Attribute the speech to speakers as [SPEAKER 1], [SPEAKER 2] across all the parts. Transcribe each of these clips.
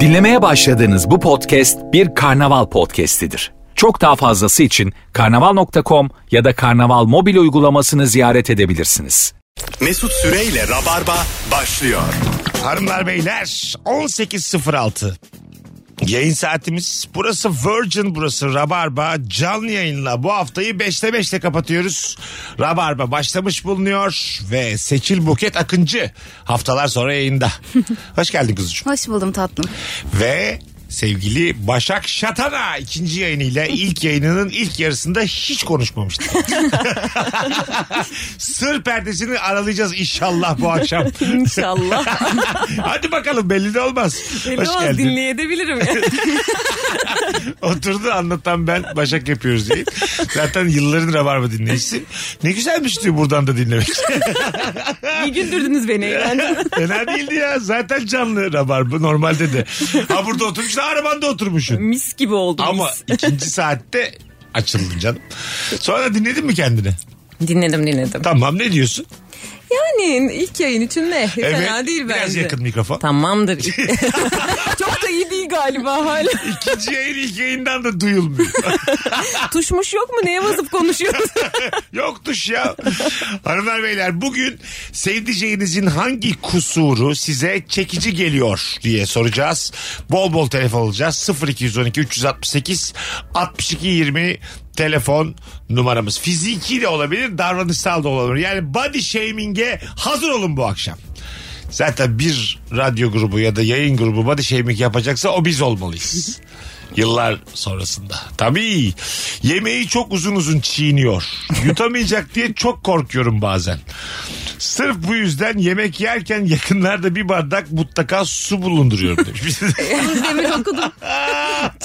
[SPEAKER 1] Dinlemeye başladığınız bu podcast bir karnaval podcastidir. Çok daha fazlası için karnaval.com ya da karnaval mobil uygulamasını ziyaret edebilirsiniz.
[SPEAKER 2] Mesut Süreyle Rabarba başlıyor.
[SPEAKER 3] Hanımlar beyler 18.06 yayın saatimiz. Burası Virgin burası Rabarba canlı yayınla bu haftayı 5'te 5'te kapatıyoruz. Rabarba başlamış bulunuyor ve Seçil Buket Akıncı haftalar sonra yayında. Hoş geldin kuzucuğum.
[SPEAKER 4] Hoş buldum tatlım.
[SPEAKER 3] Ve sevgili Başak Şatana ikinci yayınıyla ilk yayınının ilk yarısında hiç konuşmamıştı. Sır perdesini aralayacağız inşallah bu akşam.
[SPEAKER 5] İnşallah.
[SPEAKER 3] Hadi bakalım belli de olmaz. Hoş
[SPEAKER 5] Hoş
[SPEAKER 3] geldin.
[SPEAKER 5] dinleyebilirim ya.
[SPEAKER 3] Oturdu anlatan ben Başak yapıyoruz diye. Zaten yılların rabarba dinleyicisi. Ne güzelmiş diyor buradan da dinlemek.
[SPEAKER 5] İyi gündürdünüz beni. eğlendim.
[SPEAKER 3] Fena değildi ya. Zaten canlı rabarba normalde de. Ha burada oturmuşsun arabanda oturmuşsun.
[SPEAKER 5] Mis gibi oldu
[SPEAKER 3] Ama
[SPEAKER 5] mis.
[SPEAKER 3] ikinci saatte açıldın canım. Sonra dinledin mi kendini?
[SPEAKER 5] Dinledim dinledim.
[SPEAKER 3] Tamam ne diyorsun?
[SPEAKER 5] Yani ilk yayın için ne? E, Fena değil
[SPEAKER 3] biraz
[SPEAKER 5] bence.
[SPEAKER 3] yakın mikrofon.
[SPEAKER 5] Tamamdır. Çok da iyi değil galiba hala.
[SPEAKER 3] İkinci yayın ilk yayından da duyulmuyor.
[SPEAKER 5] Tuşmuş yok mu? Neye basıp konuşuyoruz?
[SPEAKER 3] Yoktuş ya. Hanımlar beyler bugün sevdiceğinizin hangi kusuru size çekici geliyor diye soracağız. Bol bol telefon alacağız. 0212 368 62 20 telefon numaramız. Fiziki de olabilir, davranışsal da olabilir. Yani body shaming'e hazır olun bu akşam. Zaten bir radyo grubu ya da yayın grubu body shaming yapacaksa o biz olmalıyız. Yıllar sonrasında. Tabii. Yemeği çok uzun uzun çiğniyor. Yutamayacak diye çok korkuyorum bazen. Sırf bu yüzden yemek yerken yakınlarda bir bardak mutlaka su bulunduruyorum demiş.
[SPEAKER 5] Demin okudum.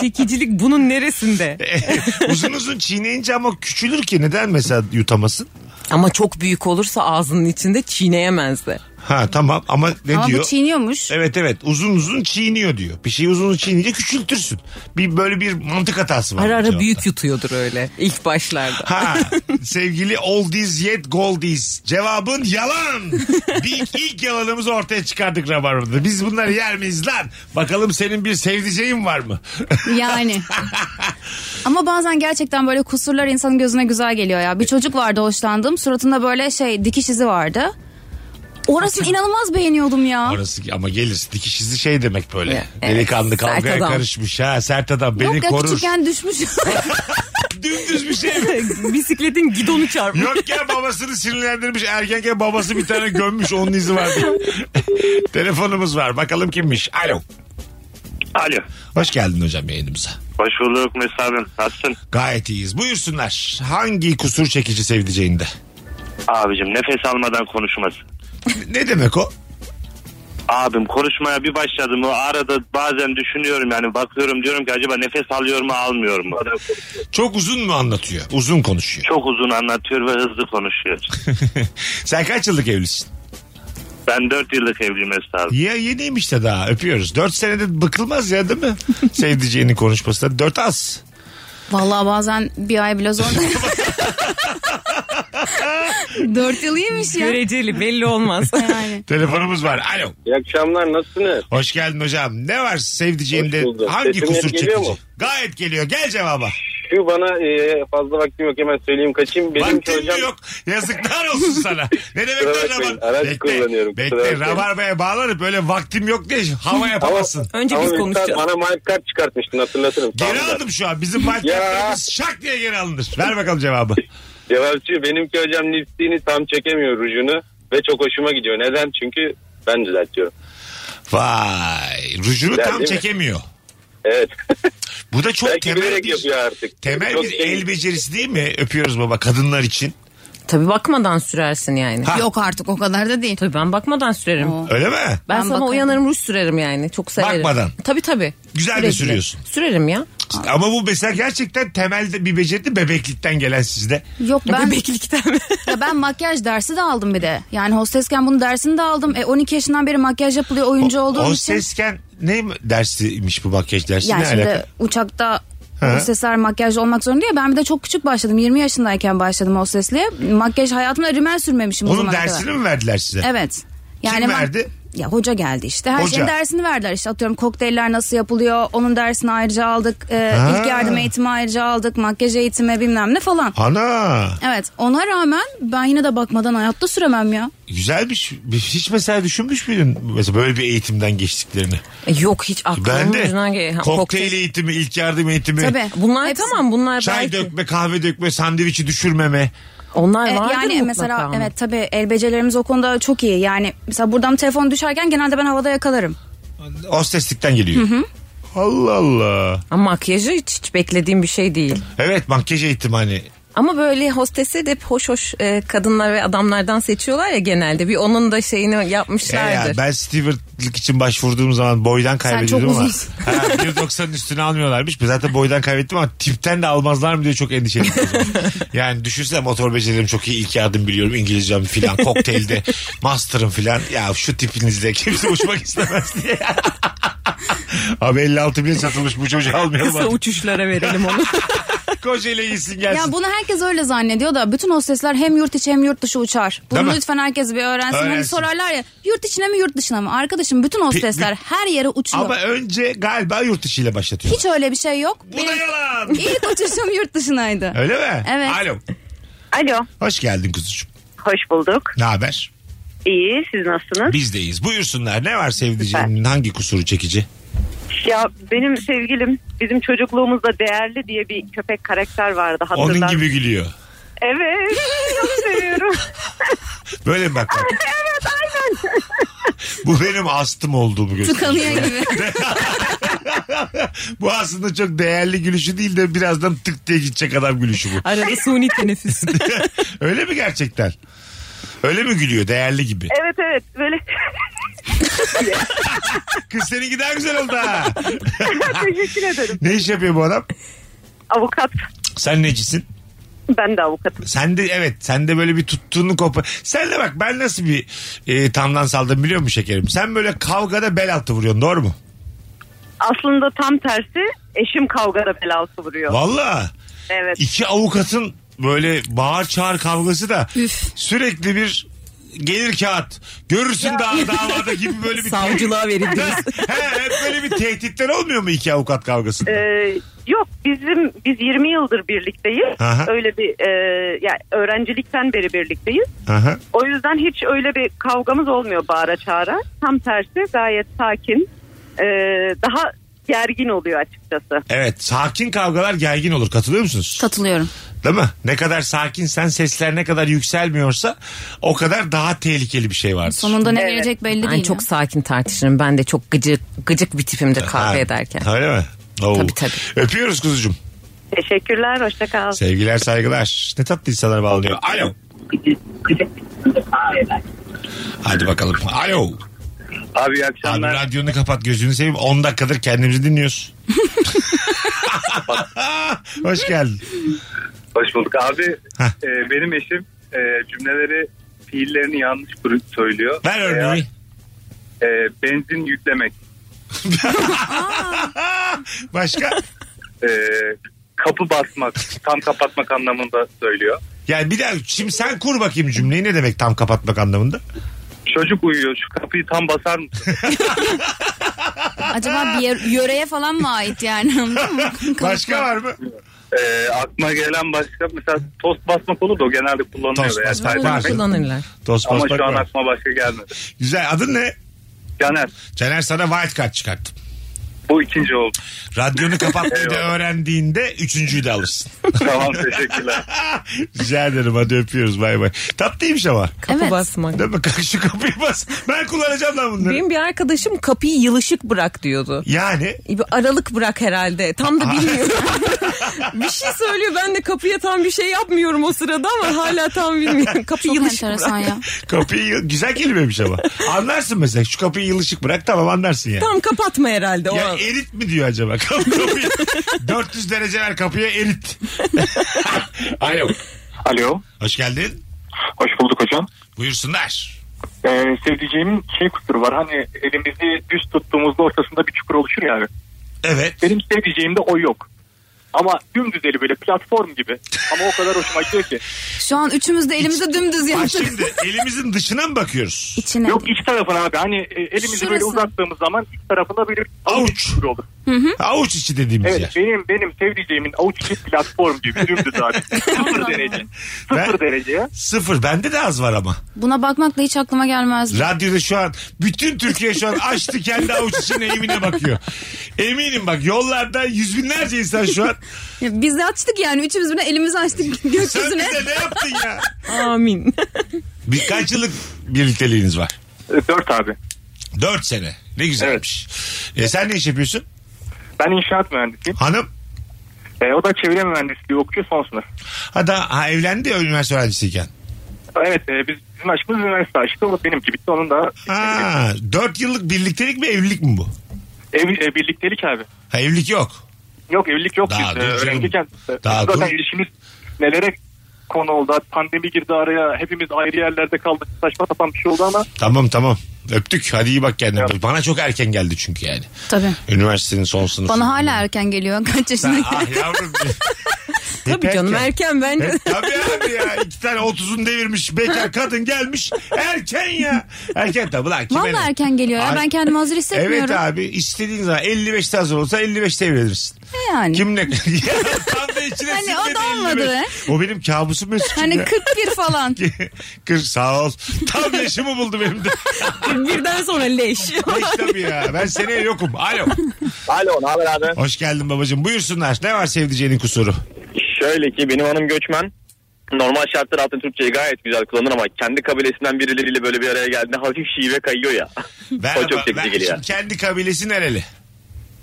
[SPEAKER 5] Çekicilik bunun neresinde?
[SPEAKER 3] E, uzun uzun çiğneyince ama küçülür ki neden mesela yutamasın?
[SPEAKER 5] Ama çok büyük olursa ağzının içinde çiğneyemez de.
[SPEAKER 3] Ha tamam ama ne
[SPEAKER 4] Ama
[SPEAKER 3] diyor?
[SPEAKER 4] bu çiğniyormuş.
[SPEAKER 3] Evet evet uzun uzun çiğniyor diyor. Bir şeyi uzun uzun çiğnince küçültürsün. Bir böyle bir mantık hatası var.
[SPEAKER 5] Ara
[SPEAKER 3] bu
[SPEAKER 5] ara
[SPEAKER 3] cevapta.
[SPEAKER 5] büyük yutuyordur öyle ilk başlarda.
[SPEAKER 3] Ha sevgili oldies yet goldies cevabın yalan. Bir ilk yalanımızı ortaya çıkardık Rabarba'da. Biz bunları yer miyiz lan? Bakalım senin bir sevdiceğin var mı?
[SPEAKER 4] Yani. Ama bazen gerçekten böyle kusurlar insanın gözüne güzel geliyor ya. Bir çocuk vardı hoşlandığım. Suratında böyle şey dikiş izi vardı. Orasını inanılmaz beğeniyordum ya.
[SPEAKER 3] Orası ama gelir dikiş izi şey demek böyle.
[SPEAKER 5] Ya, evet.
[SPEAKER 3] Delikanlı
[SPEAKER 5] Sert
[SPEAKER 3] kavgaya
[SPEAKER 5] adam.
[SPEAKER 3] karışmış ha sert adam beni
[SPEAKER 4] Yok ya
[SPEAKER 3] korur.
[SPEAKER 4] küçükken düşmüş.
[SPEAKER 3] Dümdüz bir şey.
[SPEAKER 5] Bisikletin gidonu çarpmış.
[SPEAKER 3] Yok ya babasını sinirlendirmiş erkenken babası bir tane gömmüş onun izi var diye. Telefonumuz var bakalım kimmiş. Alo.
[SPEAKER 6] Alo.
[SPEAKER 3] Hoş geldin hocam yayınımıza.
[SPEAKER 6] Hoş bulduk Mesut abim. Nasılsın?
[SPEAKER 3] Gayet iyiyiz. Buyursunlar. Hangi kusur çekici sevdiceğinde?
[SPEAKER 6] Abicim nefes almadan konuşması.
[SPEAKER 3] Ne demek o?
[SPEAKER 6] Abim konuşmaya bir başladım. O arada bazen düşünüyorum yani bakıyorum diyorum ki acaba nefes alıyor mu almıyor mu?
[SPEAKER 3] Çok uzun mu anlatıyor? Uzun konuşuyor.
[SPEAKER 6] Çok uzun anlatıyor ve hızlı konuşuyor.
[SPEAKER 3] Sen kaç yıllık evlisin?
[SPEAKER 6] Ben 4 yıllık evliyim Mesut abi.
[SPEAKER 3] Ya yeniyim işte daha öpüyoruz. 4 senede bıkılmaz ya değil mi? Sevdiceğinin konuşması da 4 az.
[SPEAKER 4] Vallahi bazen bir ay bile zor. Dört yıl iyiymiş ya.
[SPEAKER 5] Göreceli belli olmaz.
[SPEAKER 4] Yani.
[SPEAKER 3] Telefonumuz var. Alo.
[SPEAKER 7] İyi akşamlar nasılsınız?
[SPEAKER 3] Hoş geldin hocam. Ne var sevdiceğinde
[SPEAKER 7] Hoş bulduk.
[SPEAKER 3] hangi
[SPEAKER 7] Sesim
[SPEAKER 3] kusur
[SPEAKER 7] geliyor
[SPEAKER 3] çekici?
[SPEAKER 7] mu?
[SPEAKER 3] Gayet geliyor. Gel cevaba.
[SPEAKER 7] Şu bana e, fazla vaktim yok hemen söyleyeyim kaçayım. Benim ki
[SPEAKER 3] Vaktin
[SPEAKER 7] hocam
[SPEAKER 3] mi yok? Yazıklar olsun sana. Ne demek
[SPEAKER 7] Kusura
[SPEAKER 3] lan
[SPEAKER 7] bakmayın,
[SPEAKER 3] rabar?
[SPEAKER 7] araç kullanıyorum,
[SPEAKER 3] Bekle.
[SPEAKER 7] kusura
[SPEAKER 3] Bekle.
[SPEAKER 7] bakmayın.
[SPEAKER 3] Rabarbaya bağlanıp böyle vaktim yok diye hava yapamazsın.
[SPEAKER 5] Önce
[SPEAKER 7] Ama
[SPEAKER 5] biz
[SPEAKER 7] Mesut abi
[SPEAKER 5] konuşacağız.
[SPEAKER 7] Bana mic kart çıkartmıştın hatırlatırım.
[SPEAKER 3] Geri
[SPEAKER 7] Tamam da.
[SPEAKER 3] aldım şu an. Bizim marketlerimiz şak diye geri alınır. Ver bakalım cevabı.
[SPEAKER 7] Cevapçı benimki hocam lipstiğini tam çekemiyor rujunu ve çok hoşuma gidiyor. Neden? Çünkü ben düzeltiyorum.
[SPEAKER 3] Vay. Rujunu
[SPEAKER 7] Güzel
[SPEAKER 3] tam
[SPEAKER 7] değil mi?
[SPEAKER 3] çekemiyor.
[SPEAKER 7] Evet.
[SPEAKER 3] Bu da çok
[SPEAKER 7] Belki
[SPEAKER 3] temel
[SPEAKER 7] bilerek
[SPEAKER 3] bir,
[SPEAKER 7] yapıyor artık.
[SPEAKER 3] temel
[SPEAKER 7] Çok
[SPEAKER 3] bir
[SPEAKER 7] şey-
[SPEAKER 3] el becerisi değil mi? Öpüyoruz baba kadınlar için.
[SPEAKER 5] Tabii bakmadan sürersin yani.
[SPEAKER 3] Ha.
[SPEAKER 4] Yok artık o kadar da değil.
[SPEAKER 5] Tabii ben bakmadan sürerim.
[SPEAKER 4] Oo.
[SPEAKER 3] Öyle mi?
[SPEAKER 5] Ben,
[SPEAKER 4] Ben
[SPEAKER 5] sana
[SPEAKER 4] bakarım.
[SPEAKER 5] uyanırım ruj sürerim yani. Çok severim.
[SPEAKER 3] Bakmadan.
[SPEAKER 5] Tabii tabii.
[SPEAKER 3] Güzel de
[SPEAKER 5] Sürekli.
[SPEAKER 3] sürüyorsun.
[SPEAKER 5] Sürerim ya.
[SPEAKER 3] Ama bu mesela gerçekten temelde bir beceri de bebeklikten gelen sizde.
[SPEAKER 4] Yok ben
[SPEAKER 5] Bebeklikten mi?
[SPEAKER 4] Ya ben makyaj dersi de aldım bir de. Yani hostesken bunun dersini de aldım. E 12 yaşından beri makyaj yapılıyor oyuncu olduğum
[SPEAKER 3] o
[SPEAKER 4] için.
[SPEAKER 3] sesken ne dersiymiş bu makyaj dersi?
[SPEAKER 4] Yani
[SPEAKER 3] ne
[SPEAKER 4] şimdi
[SPEAKER 3] alaka?
[SPEAKER 4] uçakta
[SPEAKER 3] Ha.
[SPEAKER 4] hostesler makyaj olmak zorunda ya. Ben bir de çok küçük başladım. 20 yaşındayken başladım hostesliğe. Makyaj hayatımda rimel sürmemişim o
[SPEAKER 3] Onun
[SPEAKER 4] zamana
[SPEAKER 3] dersini
[SPEAKER 4] kadar.
[SPEAKER 3] mi verdiler size?
[SPEAKER 4] Evet. Yani
[SPEAKER 3] Kim
[SPEAKER 4] ben-
[SPEAKER 3] verdi?
[SPEAKER 4] Ya hoca geldi işte. Her
[SPEAKER 3] Hoca.
[SPEAKER 4] şeyin dersini verdiler işte. Atıyorum kokteyller nasıl yapılıyor. Onun dersini ayrıca aldık. Ee,
[SPEAKER 3] Ha.
[SPEAKER 4] ilk yardım eğitimi ayrıca aldık. Makyaj eğitimi bilmem ne falan.
[SPEAKER 3] Ana
[SPEAKER 4] Evet ona rağmen ben yine de bakmadan hayatta süremem ya.
[SPEAKER 3] güzelmiş. Hiç mesela düşünmüş müydün mesela böyle bir eğitimden geçtiklerini?
[SPEAKER 5] E, Yok hiç aklımın
[SPEAKER 3] Ben de
[SPEAKER 5] ucundan ge- Ha, E,
[SPEAKER 3] kokteyl, eğitimi, ilk yardım eğitimi,
[SPEAKER 4] Tabii.
[SPEAKER 5] Bunlar
[SPEAKER 4] Hepsi-
[SPEAKER 5] tamam bunlar
[SPEAKER 3] çay
[SPEAKER 5] belki.
[SPEAKER 3] dökme, kahve dökme, sandviçi düşürmeme.
[SPEAKER 5] Onlar
[SPEAKER 4] E,
[SPEAKER 5] vardır
[SPEAKER 4] yani
[SPEAKER 5] mutlaka.
[SPEAKER 4] mesela evet tabii el becerilerimiz o konuda çok iyi. Yani mesela buradan telefon düşerken genelde ben havada yakalarım.
[SPEAKER 3] Hosteslikten geliyor. Allah Allah.
[SPEAKER 5] Ama makyajı hiç, hiç beklediğim bir şey değil.
[SPEAKER 3] Evet makyaj eğitimi hani.
[SPEAKER 5] Ama böyle hostesi de hep hoş hoş e, kadınlar ve adamlardan seçiyorlar ya genelde. Bir onun da şeyini
[SPEAKER 3] E ya,
[SPEAKER 5] yapmışlardır.
[SPEAKER 3] ben Stewart'lık için başvurduğum zaman boydan kaybediyordum
[SPEAKER 4] çok
[SPEAKER 3] ama.
[SPEAKER 4] uzunsun.
[SPEAKER 3] Ha, 1.90'ın üstüne almıyorlarmış. Ben zaten boydan kaybettim ama tipten de almazlar mı diye çok endişeliyim. yani düşünsene motor becerilerim çok iyi. ilk yardım biliyorum. İngilizcem filan. Kokteylde master'ım filan. Ya şu tipinizle kimse uçmak istemez diye. Abi 56 bin satılmış bu çocuğu almayalım
[SPEAKER 5] Kısa
[SPEAKER 3] artık.
[SPEAKER 5] uçuşlara verelim onu.
[SPEAKER 3] Kocaeli gitsin gelsin.
[SPEAKER 4] Ya bunu herkes öyle zannediyor da bütün hostesler hem yurt içi hem yurt dışı uçar. Bunu
[SPEAKER 3] Değil mi?
[SPEAKER 4] lütfen herkes bir öğrensin. Hani
[SPEAKER 3] Öğrensin.
[SPEAKER 4] sorarlar ya yurt içine mi yurt dışına mı? Arkadaşım bütün hostesler
[SPEAKER 3] bir-
[SPEAKER 4] her yere uçuyor.
[SPEAKER 3] Ama önce galiba yurt dışıyla başlatıyor.
[SPEAKER 4] Hiç öyle bir şey yok.
[SPEAKER 3] Bu da
[SPEAKER 4] Benim
[SPEAKER 3] yalan.
[SPEAKER 4] ilk uçuşum yurt dışınaydı.
[SPEAKER 3] Öyle mi?
[SPEAKER 4] Evet.
[SPEAKER 3] Alo.
[SPEAKER 8] Alo,
[SPEAKER 3] Hoş geldin kuzucuğum.
[SPEAKER 8] hoş bulduk.
[SPEAKER 3] Ne haber?
[SPEAKER 8] İyi, siz nasılsınız?
[SPEAKER 3] Bizdeyiz. Buyursunlar. Ne var sevdiceğinin hangi kusuru çekici?
[SPEAKER 8] Ya benim sevgilim bizim çocukluğumuzda değerli diye bir köpek karakter vardı hatırlar.
[SPEAKER 3] Onun gibi gülüyor.
[SPEAKER 8] Evet, çok seviyorum.
[SPEAKER 3] Böyle mi bak? evet aynen. Bu benim astım olduğumu gösteriyor.
[SPEAKER 4] Tıkanıyor gibi.
[SPEAKER 3] Bu aslında çok değerli gülüşü değil de birazdan tık diye gidecek adam gülüşü bu.
[SPEAKER 5] Arada suni teneffüs.
[SPEAKER 3] Öyle mi gerçekten? Öyle mi gülüyor değerli gibi?
[SPEAKER 8] evet evet, böyle
[SPEAKER 3] Kız seninki daha güzel oldu ha.
[SPEAKER 8] teşekkür ederim.
[SPEAKER 3] ne iş yapıyor bu adam?
[SPEAKER 8] Avukat,
[SPEAKER 3] Sen necisin?
[SPEAKER 8] ben de avukatım.
[SPEAKER 3] Sen de evet sen de böyle bir tuttuğunu kopar. Sen de bak ben nasıl bir e, tamdan saldım biliyor musun şekerim? Sen böyle kavgada bel altı vuruyorsun doğru mu?
[SPEAKER 8] Aslında tam tersi, eşim kavgada belası vuruyor.
[SPEAKER 3] Valla
[SPEAKER 8] Evet.
[SPEAKER 3] iki avukatın böyle bağır çağır kavgası da
[SPEAKER 4] Üf.
[SPEAKER 3] sürekli bir gelir kağıt görürsün daha davada gibi böyle bir
[SPEAKER 5] Savcılığa verildiniz.
[SPEAKER 3] He, hep böyle bir tehditler olmuyor mu iki avukat kavgasında?
[SPEAKER 8] Ee, yok bizim biz 20 yıldır birlikteyiz.
[SPEAKER 3] Aha.
[SPEAKER 8] Öyle bir e, yani öğrencilikten beri birlikteyiz.
[SPEAKER 3] Aha.
[SPEAKER 8] O yüzden hiç öyle bir kavgamız olmuyor bağıra çağıra. Tam tersi gayet sakin. Ee, daha gergin oluyor açıkçası.
[SPEAKER 3] Evet sakin kavgalar gergin olur katılıyor musunuz?
[SPEAKER 4] Katılıyorum.
[SPEAKER 3] Değil mi? Ne kadar sakinsen sesler ne kadar yükselmiyorsa o kadar daha tehlikeli bir şey vardır.
[SPEAKER 4] Sonunda ne
[SPEAKER 8] Evet.
[SPEAKER 4] gelecek belli
[SPEAKER 5] Ben
[SPEAKER 4] değil.
[SPEAKER 5] çok
[SPEAKER 4] ya.
[SPEAKER 5] sakin tartışırım. Ben de çok gıcık, gıcık bir tipimdir kahve
[SPEAKER 3] Ha,
[SPEAKER 5] ederken.
[SPEAKER 3] Öyle mi? Oo.
[SPEAKER 5] Tabii, tabii.
[SPEAKER 3] Öpüyoruz kuzucuğum.
[SPEAKER 8] Teşekkürler, hoşça kal.
[SPEAKER 3] Sevgiler saygılar. Ne tatlı insanlar bağlanıyor. Alo. Hadi bakalım. Alo.
[SPEAKER 7] Abi
[SPEAKER 3] Abi
[SPEAKER 7] iyi akşamlar.
[SPEAKER 3] radyonu kapat gözünü seveyim. 10 dakikadır kendimizi dinliyoruz. Hoş geldin.
[SPEAKER 7] Hoş bulduk abi.
[SPEAKER 3] Heh.
[SPEAKER 7] e, benim eşim e, cümleleri fiillerini yanlış kur- söylüyor.
[SPEAKER 3] Ver örneği.
[SPEAKER 7] Veya, e, benzin yüklemek.
[SPEAKER 3] Başka?
[SPEAKER 7] e, kapı basmak. Tam kapatmak anlamında söylüyor.
[SPEAKER 3] Yani bir daha şimdi sen kur bakayım cümleyi ne demek tam kapatmak anlamında?
[SPEAKER 7] Çocuk uyuyor şu kapıyı tam basar mısın?
[SPEAKER 4] Acaba bir yer- yöreye falan mı ait yani?
[SPEAKER 3] Başka var mı?
[SPEAKER 7] E, aklıma gelen başka mesela tost basmak olur da o genelde kullanılıyor.
[SPEAKER 3] Tost
[SPEAKER 7] veya
[SPEAKER 3] basmak
[SPEAKER 7] çay-
[SPEAKER 3] var.
[SPEAKER 5] Kullanırlar.
[SPEAKER 3] Tost
[SPEAKER 7] Ama
[SPEAKER 3] basmak
[SPEAKER 7] şu an
[SPEAKER 3] var.
[SPEAKER 7] aklıma başka gelmedi.
[SPEAKER 3] Güzel adın ne?
[SPEAKER 7] Caner
[SPEAKER 3] Caner sana wildcard çıkarttım.
[SPEAKER 7] bu ikinci oldu.
[SPEAKER 3] Radyonu kapatmayı da
[SPEAKER 7] Eyvallah.
[SPEAKER 3] öğrendiğinde üçüncüyü de alırsın.
[SPEAKER 7] tamam teşekkürler.
[SPEAKER 3] Rica ederim hadi öpüyoruz bay bay. Tatlıymış ama.
[SPEAKER 5] Kapı
[SPEAKER 4] Evet.
[SPEAKER 5] basmak.
[SPEAKER 3] Değil mi? Kalk şu kapıyı bas. Ben kullanacağım lan bunları.
[SPEAKER 5] Benim bir arkadaşım kapıyı yılışık bırak diyordu.
[SPEAKER 3] Yani
[SPEAKER 5] Bir aralık bırak herhalde. Tam da bilmiyorum. bir şey söylüyor. Ben de kapıya tam bir şey yapmıyorum o sırada ama hala tam bilmiyorum. Kapı
[SPEAKER 4] Çok
[SPEAKER 5] yılışık
[SPEAKER 4] enteresan
[SPEAKER 5] bırak.
[SPEAKER 4] ya.
[SPEAKER 3] kapıyı güzel kelimemiş ama. Anlarsın mesela şu kapıyı yılışık bırak tamam anlarsın yani.
[SPEAKER 5] Tam kapatma herhalde o
[SPEAKER 3] Ya e-
[SPEAKER 5] an.
[SPEAKER 3] erit mi diyor acaba? Kap- kapıyı 400 derece ver kapıya erit. Alo.
[SPEAKER 9] Alo.
[SPEAKER 3] Hoş geldin.
[SPEAKER 9] Hoş bulduk hocam.
[SPEAKER 3] Buyursunlar.
[SPEAKER 9] Ee, sevdiceğimin şey kusuru var. Hani elimizi düz tuttuğumuzda ortasında bir çukur oluşur ya. abi.
[SPEAKER 3] Evet.
[SPEAKER 9] Benim sevdiceğimde o yok. Ama dümdüz eli böyle platform gibi. Ama o kadar hoşuma gidiyor ki.
[SPEAKER 4] Şu an üçümüz de elimizi dümdüz
[SPEAKER 3] Ha
[SPEAKER 4] yaptık.
[SPEAKER 3] şimdi elimizin dışına mı bakıyoruz?
[SPEAKER 4] İçine.
[SPEAKER 9] Yok iç tarafına abi. Hani e, elimizi böyle
[SPEAKER 4] Şurası.
[SPEAKER 9] uzattığımız zaman iç tarafına böyle
[SPEAKER 3] Avuç.
[SPEAKER 9] avuç gibi olur.
[SPEAKER 3] Avuç içi dediğimiz
[SPEAKER 9] Evet
[SPEAKER 3] yer.
[SPEAKER 9] benim benim sevdiceğimin avuç içi platform gibi dümdüz abi. Sıfır derece.
[SPEAKER 3] Ben-
[SPEAKER 9] Sıfır dereceye.
[SPEAKER 3] Sıfır. Bende de az var ama.
[SPEAKER 4] Buna bakmak da hiç aklıma gelmezdi.
[SPEAKER 3] Radyoda şu an bütün Türkiye şu an açtı kendi avuç içine evine bakıyor. Eminim bak yollarda yüz binlerce insan şu an.
[SPEAKER 4] Ya Biz de açtık yani üçümüz bile elimizi açtık
[SPEAKER 3] Sen
[SPEAKER 4] gökyüzüne.
[SPEAKER 3] bize ne yaptın ya?
[SPEAKER 5] Amin.
[SPEAKER 3] Birkaç yıllık birlikteliğiniz var.
[SPEAKER 9] E, Dört abi.
[SPEAKER 3] Dört sene. Ne güzelmiş. E, sen ne iş yapıyorsun?
[SPEAKER 9] Ben inşaat mühendisiyim.
[SPEAKER 3] Hanım?
[SPEAKER 9] E, o da çevre mühendisliği okuyor son sınıf.
[SPEAKER 3] Ha, da, ha evlendi ya üniversite öğrencisiyken.
[SPEAKER 9] Evet e, biz, bizim aşkımız üniversite aşkı. O benimki bitti. Onun da
[SPEAKER 3] Ha, dört yıllık birliktelik mi evlilik mi bu?
[SPEAKER 9] ev, e, birliktelik abi.
[SPEAKER 3] Ha, evlilik yok.
[SPEAKER 9] Yok evlilik yok
[SPEAKER 3] Daha
[SPEAKER 9] biz.
[SPEAKER 3] dur
[SPEAKER 9] e,
[SPEAKER 3] canım.
[SPEAKER 9] Öğrenciyken e,
[SPEAKER 3] Daha
[SPEAKER 9] zaten
[SPEAKER 3] dur.
[SPEAKER 9] ilişkimiz nelere konu oldu. Pandemi girdi araya. Hepimiz ayrı yerlerde kaldık. Saçma sapan bir şey oldu ama
[SPEAKER 3] Tamam tamam. Öptük. Hadi iyi bak kendine.
[SPEAKER 9] Evet.
[SPEAKER 3] Bana çok erken geldi çünkü yani.
[SPEAKER 4] Tabii.
[SPEAKER 3] Üniversitenin son sınıfı.
[SPEAKER 4] Bana hala erken geliyor. Kaç yaşına
[SPEAKER 3] Ah yavrum.
[SPEAKER 5] Tabii canım erken bence.
[SPEAKER 3] E, tabii abi ya. İki tane otuzun devirmiş bekar kadın gelmiş. Erken ya. Erken tabii lan. kime
[SPEAKER 4] Valla
[SPEAKER 3] ne?
[SPEAKER 4] erken geliyor ya.
[SPEAKER 3] Ay-
[SPEAKER 4] Ben kendimi hazır hissetmiyorum.
[SPEAKER 3] Evet abi istediğin zaman 55'te hazır olsa 55'te evlenirsin.
[SPEAKER 4] Ne yani?
[SPEAKER 3] Kim ne? Ya, Tam da içine
[SPEAKER 4] E, Hani o
[SPEAKER 3] sinmedi
[SPEAKER 4] da olmadı
[SPEAKER 3] 55. O benim kabusum Mesut'cum
[SPEAKER 4] Hani
[SPEAKER 3] ya.
[SPEAKER 4] 41 falan.
[SPEAKER 3] Kır sağ ol. Tam yaşımı buldu benim de.
[SPEAKER 5] Birden sonra leş.
[SPEAKER 3] Beş tabii ya. Ben seneye yokum. Alo.
[SPEAKER 7] Alo ne haber abi?
[SPEAKER 3] Hoş geldin babacığım. Buyursunlar. Ne var sevdiceğinin kusuru?
[SPEAKER 7] Şöyle ki benim hanım göçmen. Normal şartlar altında Türkçeyi gayet güzel kullanır ama kendi kabilesinden birileriyle böyle bir araya geldiğinde hafif şive kayıyor ya.
[SPEAKER 3] Ver,
[SPEAKER 7] o çok
[SPEAKER 3] ama-
[SPEAKER 7] çekici
[SPEAKER 3] ver.
[SPEAKER 7] geliyor.
[SPEAKER 3] Şimdi kendi kabilesi nereli?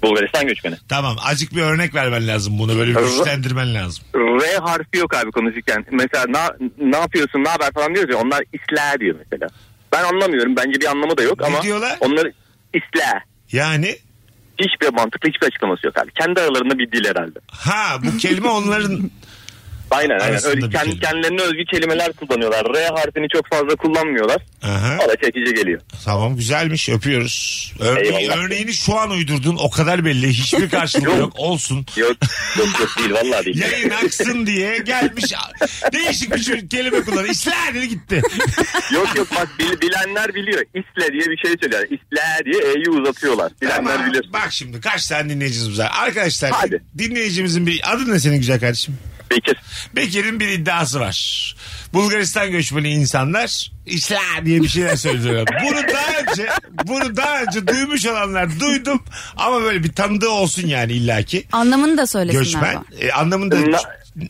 [SPEAKER 7] Bulgaristan göçmeni.
[SPEAKER 3] Tamam. Azıcık bir örnek vermen lazım. Bunu böyle bir
[SPEAKER 7] Evet.
[SPEAKER 3] güçlendirmen lazım.
[SPEAKER 7] R harfi yok abi konuşurken. Mesela na, ne yapıyorsun ne haber falan diyoruz ya onlar isla diyor mesela. Ben anlamıyorum bence bir anlamı da yok
[SPEAKER 3] Ne
[SPEAKER 7] ama
[SPEAKER 3] diyorlar?
[SPEAKER 7] onlar isla.
[SPEAKER 3] Yani
[SPEAKER 7] Hiçbir mantıklı hiçbir açıklaması yok abi. Kendi aralarında bir dil herhalde.
[SPEAKER 3] ha bu kelime onların
[SPEAKER 7] Aynen aynen.
[SPEAKER 3] Arasında
[SPEAKER 7] Öyle
[SPEAKER 3] bir şey.
[SPEAKER 7] kend-
[SPEAKER 3] kelime.
[SPEAKER 7] kendilerine özgü kelimeler kullanıyorlar. R harfini çok fazla kullanmıyorlar.
[SPEAKER 3] Aha.
[SPEAKER 7] O da çekici geliyor.
[SPEAKER 3] tamam güzelmiş öpüyoruz. Örneği,
[SPEAKER 7] Eyvallah.
[SPEAKER 3] örneğini şu an uydurdun o kadar belli hiçbir karşılığı yok olsun.
[SPEAKER 7] Yok yok yok değil vallahi değil.
[SPEAKER 3] Yayın aksın diye gelmiş değişik bir şey- kelime kullandı. İslah dedi gitti.
[SPEAKER 7] yok yok bak bil- bilenler biliyor. İsle diye bir şey söylüyor. İsle diye E'yi uzatıyorlar. Bilenler
[SPEAKER 3] Ama
[SPEAKER 7] bilir.
[SPEAKER 3] bak şimdi kaç tane dinleyicimiz var. Arkadaşlar
[SPEAKER 7] Hadi.
[SPEAKER 3] dinleyicimizin bir adı ne senin güzel kardeşim?
[SPEAKER 7] Bekir.
[SPEAKER 3] Bekir'in bir iddiası var. Bulgaristan göçmeni insanlar islah diye bir şeyler söylüyorlar. bunu daha önce bunu daha önce duymuş olanlar duydum ama böyle bir tanıdığı olsun yani illaki.
[SPEAKER 4] Anlamını da söylesinler.
[SPEAKER 3] Göçmen
[SPEAKER 4] bana.
[SPEAKER 3] e, anlamında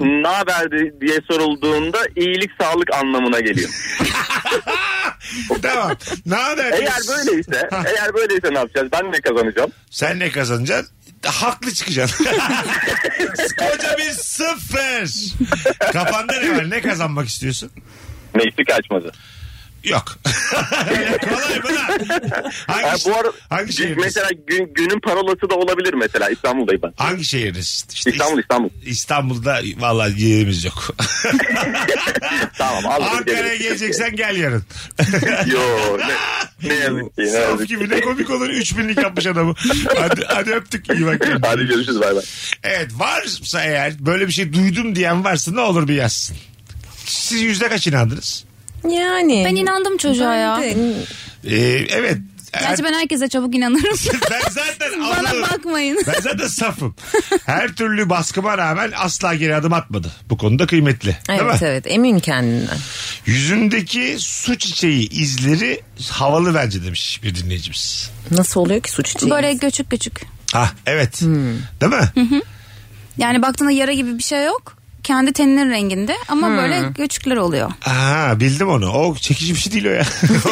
[SPEAKER 7] Ne haber di- diye sorulduğunda iyilik sağlık anlamına geliyor.
[SPEAKER 3] tamam. Ne haber?
[SPEAKER 7] eğer böyleyse, eğer böyleyse ne yapacağız? Ben ne kazanacağım?
[SPEAKER 3] Sen ne kazanacaksın? Haklı çıkacaksın. Koca bir sıfır. Kafanda ne var? Ne kazanmak istiyorsun?
[SPEAKER 7] Meksika açmazı.
[SPEAKER 3] Yok. Ya Kolay mı lan? Hangi,
[SPEAKER 7] Ha, bu ara,
[SPEAKER 3] hangi
[SPEAKER 7] gün-
[SPEAKER 3] şehirdesin?
[SPEAKER 7] mesela gün, günün parolası da olabilir mesela İstanbul'dayım ben.
[SPEAKER 3] Hangi şehirdesin? İşte
[SPEAKER 7] İstanbul İstanbul.
[SPEAKER 3] İstanbul'da vallahi yerimiz yok.
[SPEAKER 7] Tamam aldım.
[SPEAKER 3] Ankara'ya
[SPEAKER 7] geliriz.
[SPEAKER 3] geleceksen gel yarın.
[SPEAKER 7] Yo ne, ne yazık ki ne
[SPEAKER 3] Saf
[SPEAKER 7] yazık ki.
[SPEAKER 3] gibi ne komik olur 3000'lik yapmış adamı. Hadi, hadi öptük iyi bak. kendine.
[SPEAKER 7] Hadi görüşürüz bay bay.
[SPEAKER 3] Evet varsa eğer böyle bir şey duydum diyen varsa ne olur bir yazsın. Siz yüzde kaç inandınız?
[SPEAKER 5] Yani.
[SPEAKER 4] Ben inandım çocuğa ya.
[SPEAKER 3] Ee, evet. Her-
[SPEAKER 4] Gerçi ben herkese çabuk inanırım.
[SPEAKER 3] ben zaten
[SPEAKER 4] Bana
[SPEAKER 3] anladım.
[SPEAKER 4] bakmayın.
[SPEAKER 3] Ben zaten safım. Her türlü baskıma rağmen asla geri adım atmadı. Bu konuda kıymetli. Değil mi?
[SPEAKER 5] Evet evet emin kendinden.
[SPEAKER 3] Yüzündeki su çiçeği izleri havalı bence demiş bir dinleyicimiz.
[SPEAKER 5] Nasıl oluyor ki suç için?
[SPEAKER 4] Böyle göçük göçük.
[SPEAKER 3] Ha evet.
[SPEAKER 4] Hmm.
[SPEAKER 3] Değil mi?
[SPEAKER 4] Yani baktığında yara gibi bir şey yok. Kendi teninin renginde ama böyle göçükler oluyor.
[SPEAKER 3] Aha bildim onu. O çekici bir şey değil o ya.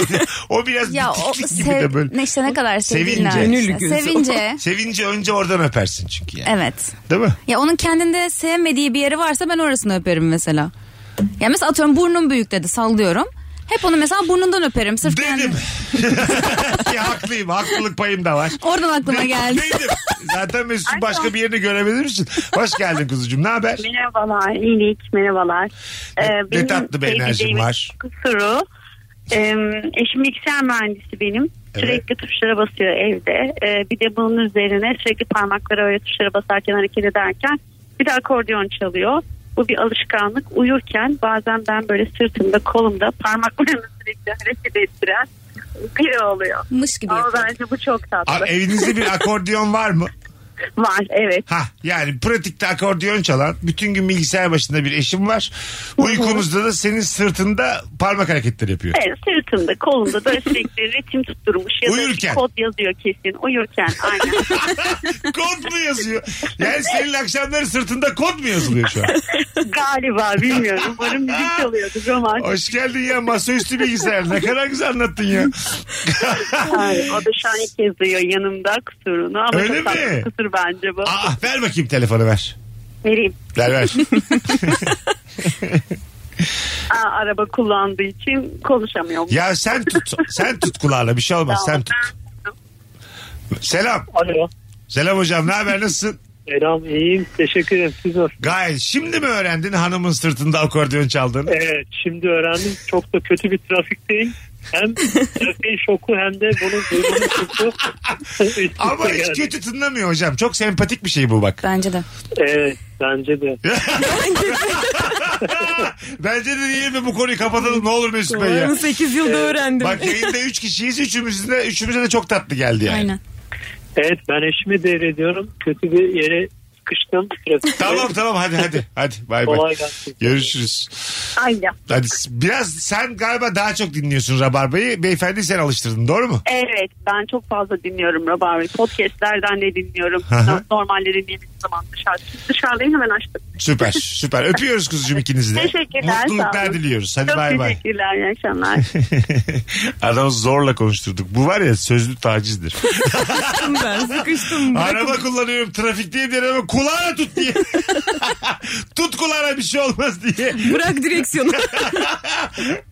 [SPEAKER 3] o biraz
[SPEAKER 4] Ya o
[SPEAKER 3] bitiklik gibi de böyle.
[SPEAKER 4] sev, ne işte ne kadar
[SPEAKER 3] Sevince.
[SPEAKER 4] sevdiğinle. alakalı.
[SPEAKER 5] Gönül gözü.
[SPEAKER 4] Sevince.
[SPEAKER 3] Sevince önce oradan öpersin çünkü yani.
[SPEAKER 4] evet.
[SPEAKER 3] Değil mi?
[SPEAKER 4] Ya onun kendinde sevmediği bir yeri varsa ben orasını öperim mesela. Ya mesela atıyorum burnum büyük dedi sallıyorum. Hep onu mesela burnundan öperim. Sırf
[SPEAKER 3] Dedim.
[SPEAKER 4] kendi.
[SPEAKER 3] Ki haklıyım. Haklılık payım da var.
[SPEAKER 4] Oradan aklıma geldi.
[SPEAKER 3] Dedim. Zaten Mesut'un başka bir yerini görebilir misin? Hoş geldin kuzucuğum. Ne haber?
[SPEAKER 8] Merhabalar, iyilik, merhabalar. Ee,
[SPEAKER 3] Ne- ne tatlı bir enerjin
[SPEAKER 8] sevdiceğimin
[SPEAKER 3] var.
[SPEAKER 8] Kusuru. Ee, eşim bilgisayar mühendisi benim.
[SPEAKER 3] Evet.
[SPEAKER 8] Sürekli tuşlara basıyor evde. Ee, bir de bunun üzerine sürekli parmakları öyle tuşlara basarken hareket ederken Bir de akordeon çalıyor. Bu bir alışkanlık. Uyurken bazen ben böyle sırtımda, kolumda parmaklarını sürekli hareket ettiren biri oluyor.
[SPEAKER 4] Mış gibi
[SPEAKER 8] Ama
[SPEAKER 4] yapıyor.
[SPEAKER 8] bence bu çok tatlı.
[SPEAKER 3] A- evinizde bir akordeon var mı?
[SPEAKER 8] Var evet.
[SPEAKER 3] Ha yani pratikte akordeon çalan bütün gün bilgisayar başında bir eşim var. Uykunuzda da senin sırtında parmak hareketleri yapıyor.
[SPEAKER 8] Evet, sırtımda, kolumda böyle sürekli ritim tutturmuş ya da
[SPEAKER 3] Uyurken.
[SPEAKER 8] kod yazıyor kesin. Uyurken aynen.
[SPEAKER 3] kod mu yazıyor? Yani senin akşamları sırtında kod mu yazılıyor şu an?
[SPEAKER 8] Galiba bilmiyorum. Umarım müzik çalıyordu roman.
[SPEAKER 3] Hoş geldin ya masaüstü bilgisayar. Ne kadar güzel anlattın ya.
[SPEAKER 8] Hayır, o da şu an ilk kez duyuyor yanımda kusurunu. Ama
[SPEAKER 3] Öyle
[SPEAKER 8] çok tatlı
[SPEAKER 3] mi?
[SPEAKER 8] kusur bence bu.
[SPEAKER 3] Aa, ah, ver bakayım telefonu ver.
[SPEAKER 8] Vereyim.
[SPEAKER 3] Ver ver.
[SPEAKER 8] Aa, araba kullandığı için konuşamıyorum.
[SPEAKER 3] Ya sen tut. Sen tut kulağına bir şey olmaz. Sen tut. Selam.
[SPEAKER 9] Alo.
[SPEAKER 3] Selam hocam ne haber nasılsın?
[SPEAKER 9] Selam iyiyim. Teşekkür ederim. Siz nasılsınız?
[SPEAKER 3] Gayet şimdi mi öğrendin hanımın sırtında akordeon çaldığını?
[SPEAKER 9] Evet şimdi öğrendim. Çok da kötü bir trafikteyim. Hem trafiğin şoku hem de bunun duymanın şoku. Üst üste
[SPEAKER 3] Ama
[SPEAKER 9] geldi.
[SPEAKER 3] hiç kötü tınlamıyor hocam. Çok sempatik bir şey bu bak.
[SPEAKER 4] Bence de.
[SPEAKER 9] Evet bence de.
[SPEAKER 3] Bence de diyelim mi bu konuyu kapatalım ne olur Mesut Bey ya.
[SPEAKER 5] Ben 8 yılda öğrendim.
[SPEAKER 3] Bak yayında 3 kişiyiz. Üçümüzün de, üçümüze de çok tatlı geldi yani.
[SPEAKER 4] Aynen.
[SPEAKER 9] Evet ben eşimi devrediyorum. Kötü bir yere sıkıştım. Trafikte.
[SPEAKER 3] Tamam tamam hadi hadi. Hadi bay bay.
[SPEAKER 9] Kolay gelsin.
[SPEAKER 3] Görüşürüz.
[SPEAKER 8] Aynen.
[SPEAKER 3] Hadi s- biraz sen galiba daha çok dinliyorsun Rabarba'yı. Beyefendi sen alıştırdın doğru mu?
[SPEAKER 8] Evet ben çok fazla dinliyorum Rabarbay'ı. Podcastlerden de dinliyorum.
[SPEAKER 3] Hı hı.
[SPEAKER 8] Normalde dinlediğim zaman dışarı. Dışarıdayım hemen açtım.
[SPEAKER 3] Süper süper. Öpüyoruz kuzucuğum ikinizi de.
[SPEAKER 8] Teşekkürler, sağ
[SPEAKER 3] Mutluluklar
[SPEAKER 8] olun.
[SPEAKER 3] diliyoruz. Hadi
[SPEAKER 8] Çok
[SPEAKER 3] bay bay.
[SPEAKER 8] teşekkürler. iyi akşamlar.
[SPEAKER 3] Adamı zorla konuşturduk. Bu var ya sözlü tacizdir.
[SPEAKER 5] Sıkıştım ben sıkıştım.
[SPEAKER 3] Araba kullanıyorum trafikteyim diye araba kulağına tut diye. tut kulağına bir şey olmaz diye.
[SPEAKER 5] Bırak direksiyonu.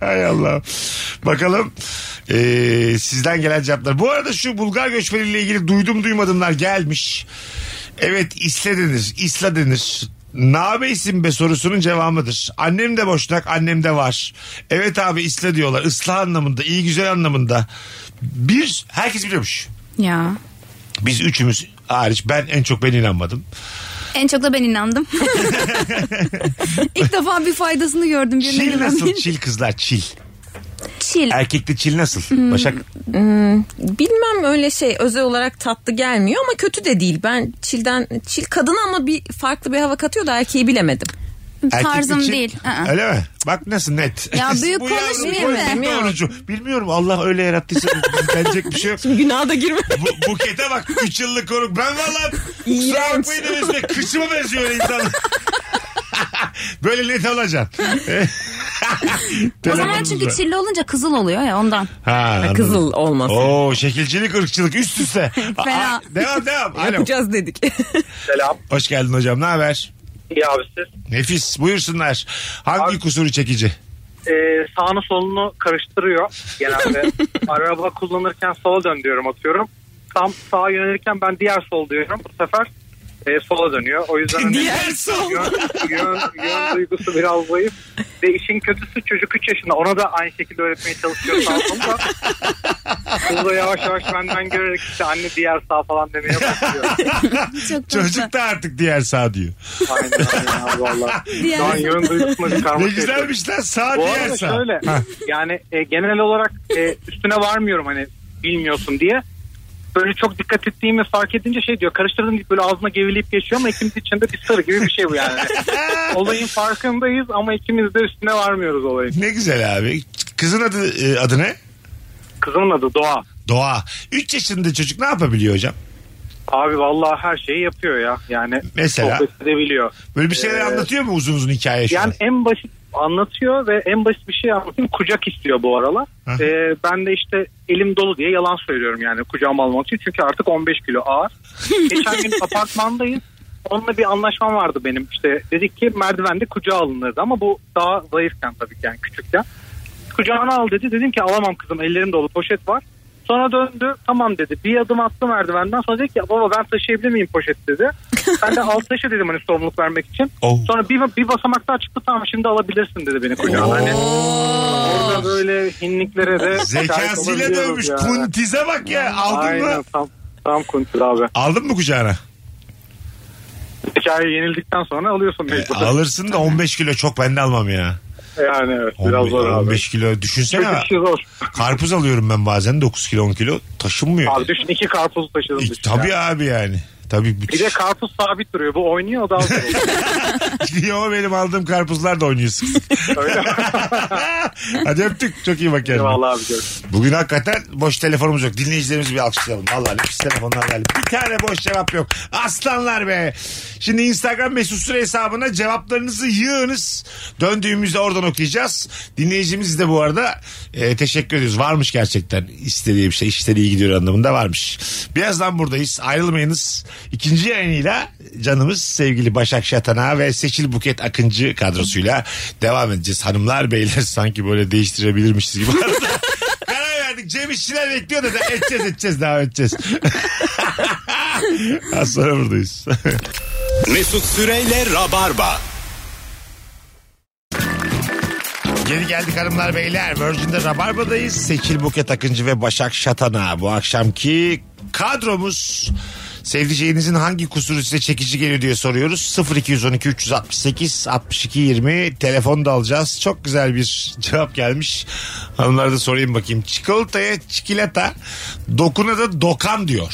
[SPEAKER 3] Hay Allah. Bakalım eee, sizden gelen cevaplar. Bu arada şu Bulgar göçmeniyle ilgili duydum duymadımlar gelmiş. Evet isle denir. İsla denir. Nabe isim be sorusunun cevabıdır. Annem de boşnak, annem de var. Evet abi isla diyorlar. Islah anlamında, iyi güzel anlamında. Bir, herkes biliyormuş.
[SPEAKER 4] Ya.
[SPEAKER 3] Biz üçümüz hariç ben en çok ben inanmadım.
[SPEAKER 4] En çok da ben inandım. İlk defa bir faydasını gördüm. birine
[SPEAKER 3] Çil nasıl? Er-
[SPEAKER 4] güvenmeyin.
[SPEAKER 3] Çil kızlar çil.
[SPEAKER 4] Çil.
[SPEAKER 3] Erkekte çil nasıl?
[SPEAKER 4] Hmm,
[SPEAKER 3] Başak
[SPEAKER 5] Bilmem öyle şey özel olarak tatlı gelmiyor ama kötü de değil. Ben çilden çil kadına ama bir farklı bir hava katıyor da erkeği bilemedim.
[SPEAKER 3] Erkek
[SPEAKER 4] Tarzım
[SPEAKER 3] için-
[SPEAKER 4] değil. Aa.
[SPEAKER 3] Öyle mi? Bak nasıl net.
[SPEAKER 4] Ya büyük
[SPEAKER 3] Bu yavrum,
[SPEAKER 4] konuşmayayım
[SPEAKER 3] bu
[SPEAKER 4] da.
[SPEAKER 3] yavrum
[SPEAKER 5] Bilmiyorum.
[SPEAKER 3] doğrucu. Bilmiyorum Allah öyle yarattıysa denecek bir şey yok.
[SPEAKER 5] Günaha da girme.
[SPEAKER 3] Bu, bukete bak 3 yıllık konuk. Ben valla kusura
[SPEAKER 5] İğrenç.
[SPEAKER 3] bakmayın demesine kışıma benziyor öyle insanlar. Böyle net olacaksın.
[SPEAKER 4] O zaman çünkü çilli olunca kızıl oluyor ya ondan.
[SPEAKER 3] Ha, anladım.
[SPEAKER 5] Kızıl olmasın.
[SPEAKER 3] Oo şekilcilik ırkçılık üst üste. Aa,
[SPEAKER 4] Fena.
[SPEAKER 3] devam devam. Alo.
[SPEAKER 5] Yapacağız dedik.
[SPEAKER 7] Selam.
[SPEAKER 3] Hoş geldin hocam ne haber?
[SPEAKER 7] İyi abi siz.
[SPEAKER 3] Nefis buyursunlar. Hangi kusuru çekici?
[SPEAKER 9] Ee, sağını solunu karıştırıyor genelde. Araba kullanırken sola dön diyorum atıyorum. Tam sağa yönelirken ben diğer sol diyorum. Bu sefer e, sola dönüyor. O yüzden hani
[SPEAKER 5] Diğer sol.
[SPEAKER 9] yön, yön, yön duygusu biraz zayıf. Ve işin kötüsü çocuk 3 yaşında. Ona da aynı şekilde öğretmeye çalışıyor sağ olsun da. Kız da yavaş yavaş benden görerek işte anne diğer sağ falan demeye başlıyor.
[SPEAKER 4] Çok tatlı.
[SPEAKER 3] Çocuk da artık diğer sağ diyor.
[SPEAKER 9] Aynen aynen abi valla.
[SPEAKER 4] Diğer-
[SPEAKER 9] Şu an yön duygusuna bir karmaşa
[SPEAKER 3] Ne
[SPEAKER 9] yaşıyorum.
[SPEAKER 3] güzelmiş lan sağ
[SPEAKER 9] Bu
[SPEAKER 3] diğer
[SPEAKER 9] arada
[SPEAKER 3] sağ.
[SPEAKER 9] şöyle
[SPEAKER 3] Ha.
[SPEAKER 9] yani e, genel olarak e, üstüne varmıyorum hani bilmiyorsun diye. Böyle çok dikkat ettiğimi fark edince şey diyor karıştırdım deyip böyle ağzına geveleyip geçiyor ama ikimiz için de bir sarı gibi bir şey bu yani. Olayın farkındayız ama ikimiz de üstüne varmıyoruz olayın.
[SPEAKER 3] Ne güzel abi. Kızın adı e, adı ne?
[SPEAKER 9] Kızımın adı Doğa.
[SPEAKER 3] Doğa. 3 yaşında çocuk ne yapabiliyor hocam?
[SPEAKER 9] Abi vallahi her şeyi yapıyor ya. Yani
[SPEAKER 3] Mesela?
[SPEAKER 9] sohbet edebiliyor.
[SPEAKER 3] Böyle bir şeyler
[SPEAKER 9] Ee,
[SPEAKER 3] anlatıyor mu uzun uzun hikaye şu
[SPEAKER 9] Yani
[SPEAKER 3] an?
[SPEAKER 9] en basit anlatıyor ve en basit bir şey anlatayım. Kucak istiyor bu aralar.
[SPEAKER 3] Hı hı.
[SPEAKER 9] Ee, ben de işte elim dolu diye yalan söylüyorum yani kucağıma almak için. Çünkü artık 15 kilo ağır. Geçen gün apartmandayız. Onunla bir anlaşmam vardı benim. İşte dedik ki merdivende kucağa alınırdı ama bu daha zayıfken tabii ki yani küçükken. Kucağına al dedi. Dedim ki alamam kızım ellerim dolu poşet var. Sonra döndü tamam dedi. Bir adım attı merdivenden sonra dedi ki baba ben taşıyabilir miyim poşeti dedi. Ben de al taşı dedim hani sorumluluk vermek için.
[SPEAKER 3] Oh.
[SPEAKER 9] Sonra bir, bir basamak daha çıktı tamam şimdi alabilirsin dedi beni
[SPEAKER 3] Oh.
[SPEAKER 9] kucağına. Hani orada böyle hinliklere de şahit
[SPEAKER 3] Zekasıyla
[SPEAKER 9] olabiliyoruz
[SPEAKER 3] dövmüş.
[SPEAKER 9] ya.
[SPEAKER 3] Kuntize bak ya. Aldın
[SPEAKER 9] Aynen
[SPEAKER 3] mı?
[SPEAKER 9] tam, tam kuntil abi.
[SPEAKER 3] Aldın mı kucağına?
[SPEAKER 9] Hikaye yenildikten sonra
[SPEAKER 3] E,
[SPEAKER 9] alıyorsun mecbur.
[SPEAKER 3] Alırsın da 15 kilo çok ben de almam ya.
[SPEAKER 9] Yani evet
[SPEAKER 3] 15,
[SPEAKER 9] biraz zor abi.
[SPEAKER 3] 15 kilo düşünsene.
[SPEAKER 9] Çok işi zor.
[SPEAKER 3] Karpuz alıyorum ben bazen 9 kilo 10 kilo taşınmıyor.
[SPEAKER 9] Abi düşün iki karpuz taşıdım
[SPEAKER 3] İlk-
[SPEAKER 9] düşün.
[SPEAKER 3] E, tabii
[SPEAKER 9] ya.
[SPEAKER 3] abi yani. Tabii
[SPEAKER 9] Bir de karpuz sabit duruyor. Bu oynuyor o daha zor.
[SPEAKER 3] Yo benim aldığım karpuzlar da oynuyor sık sık.
[SPEAKER 9] Öyle.
[SPEAKER 3] Hadi öptük. Çok iyi bak kendine.
[SPEAKER 9] Eyvallah abi. görüşürüz.
[SPEAKER 3] Bugün hakikaten boş telefonumuz yok. Dinleyicilerimizi bir alkışlayalım. Vallahi nefis telefonlar geldi. Bir tane boş cevap yok. Aslanlar be. Şimdi Instagram mesut süre hesabına cevaplarınızı yığınız. Döndüğümüzde oradan okuyacağız. Dinleyicimiz de bu arada e, teşekkür ediyoruz. Varmış gerçekten istediği bir şey. İşleri iyi gidiyor anlamında varmış. Birazdan buradayız. Ayrılmayınız. İkinci yayınıyla canımız sevgili Başak Şatana ve Seçil Buket Akıncı kadrosuyla devam edeceğiz. Hanımlar beyler sanki böyle değiştirebilirmişiz gibi. Karar verdik. Cem işçiler bekliyor da edeceğiz edeceğiz devam edeceğiz. Az sonra buradayız.
[SPEAKER 10] Mesut Süreyle Rabarba.
[SPEAKER 3] Geri geldik hanımlar beyler. Virgin'de Rabarba'dayız. Seçil Buket Akıncı ve Başak Şatana. Bu akşamki kadromuz sevdiceğinizin hangi kusuru size çekici geliyor diye soruyoruz. 0212 368 62 20 telefon da alacağız. Çok güzel bir cevap gelmiş. Hanımlara da sorayım bakayım. Çikolataya çikolata, dokuna da dokan diyor.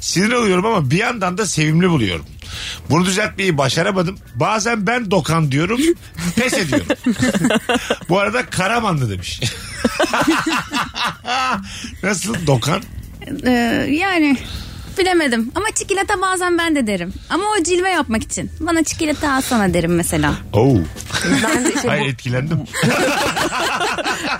[SPEAKER 3] Sinir oluyorum ama bir yandan da sevimli buluyorum. Bunu düzeltmeyi başaramadım. Bazen ben dokan diyorum, pes ediyorum. Bu arada Karamanlı demiş. Nasıl dokan?
[SPEAKER 4] Ee, yani bilemedim. Ama çikolata bazen ben de derim. Ama o cilve yapmak için. Bana çikolata alsana derim mesela.
[SPEAKER 3] Oo.
[SPEAKER 5] Ben de
[SPEAKER 4] şey,
[SPEAKER 5] işte
[SPEAKER 3] Ay etkilendim.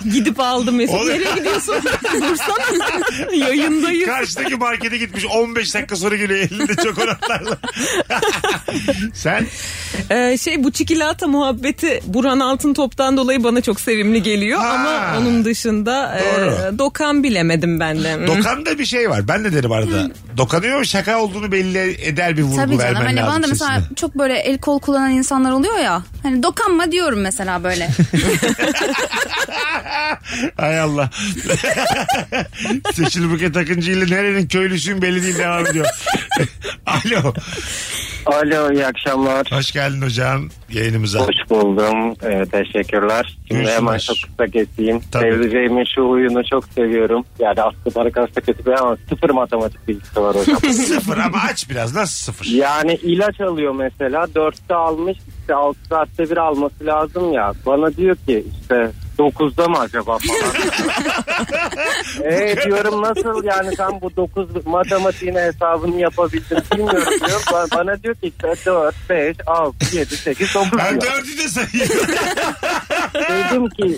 [SPEAKER 5] bu- gidip aldım Mesut.
[SPEAKER 3] Oğlum.
[SPEAKER 5] Nereye gidiyorsun? Dursana. Yayındayız.
[SPEAKER 3] Karşıdaki markete gitmiş 15 dakika sonra geliyor elinde çikolatlarla. Sen
[SPEAKER 5] Ee, şey bu çikilata muhabbeti Burhan Altın Top'tan dolayı bana çok sevimli geliyor
[SPEAKER 3] Ha.
[SPEAKER 5] ama onun dışında
[SPEAKER 3] Doğru.
[SPEAKER 5] e, dokan bilemedim ben de. Hmm.
[SPEAKER 3] dokanda bir şey var. Ben de derim arada. Dokanıyor mu şaka olduğunu belli eder bir vurgu
[SPEAKER 4] Tabii
[SPEAKER 3] vermen
[SPEAKER 4] canım. Hani
[SPEAKER 3] lazım.
[SPEAKER 4] bana da mesela
[SPEAKER 3] içerisinde.
[SPEAKER 4] çok böyle el kol kullanan insanlar oluyor ya. Hani dokanma diyorum mesela böyle.
[SPEAKER 3] Ay Allah. Seçil Buket Akıncı ile nerenin köylüsüyüm belli değil devam ediyor. Alo.
[SPEAKER 11] Alo iyi akşamlar.
[SPEAKER 3] Hoş geldin hocam yayınımıza.
[SPEAKER 11] Hoş buldum. Ee, teşekkürler. Şimdi
[SPEAKER 3] Görüşürüz.
[SPEAKER 11] hemen çok kısa geçeyim.
[SPEAKER 3] Tabii.
[SPEAKER 11] Sevdiceğimin şu huyunu çok seviyorum. Yani aslında arkadaşta kötü bir ama sıfır matematik bilgisi var hocam.
[SPEAKER 3] sıfır ama aç biraz nasıl sıfır?
[SPEAKER 11] yani ilaç alıyor mesela. Dörtte almış işte altı saatte bir alması lazım ya. Bana diyor ki işte dokuzda mı acaba falan. Eee diyorum nasıl yani sen bu dokuz matematiğine hesabını yapabildin bilmiyorum diyor. Ba- Bana diyor ki işte dört, beş, altı, yedi, sekiz, dokuz
[SPEAKER 3] Ben
[SPEAKER 11] diyor.
[SPEAKER 3] dördü de sayıyorum.
[SPEAKER 11] Dedim ki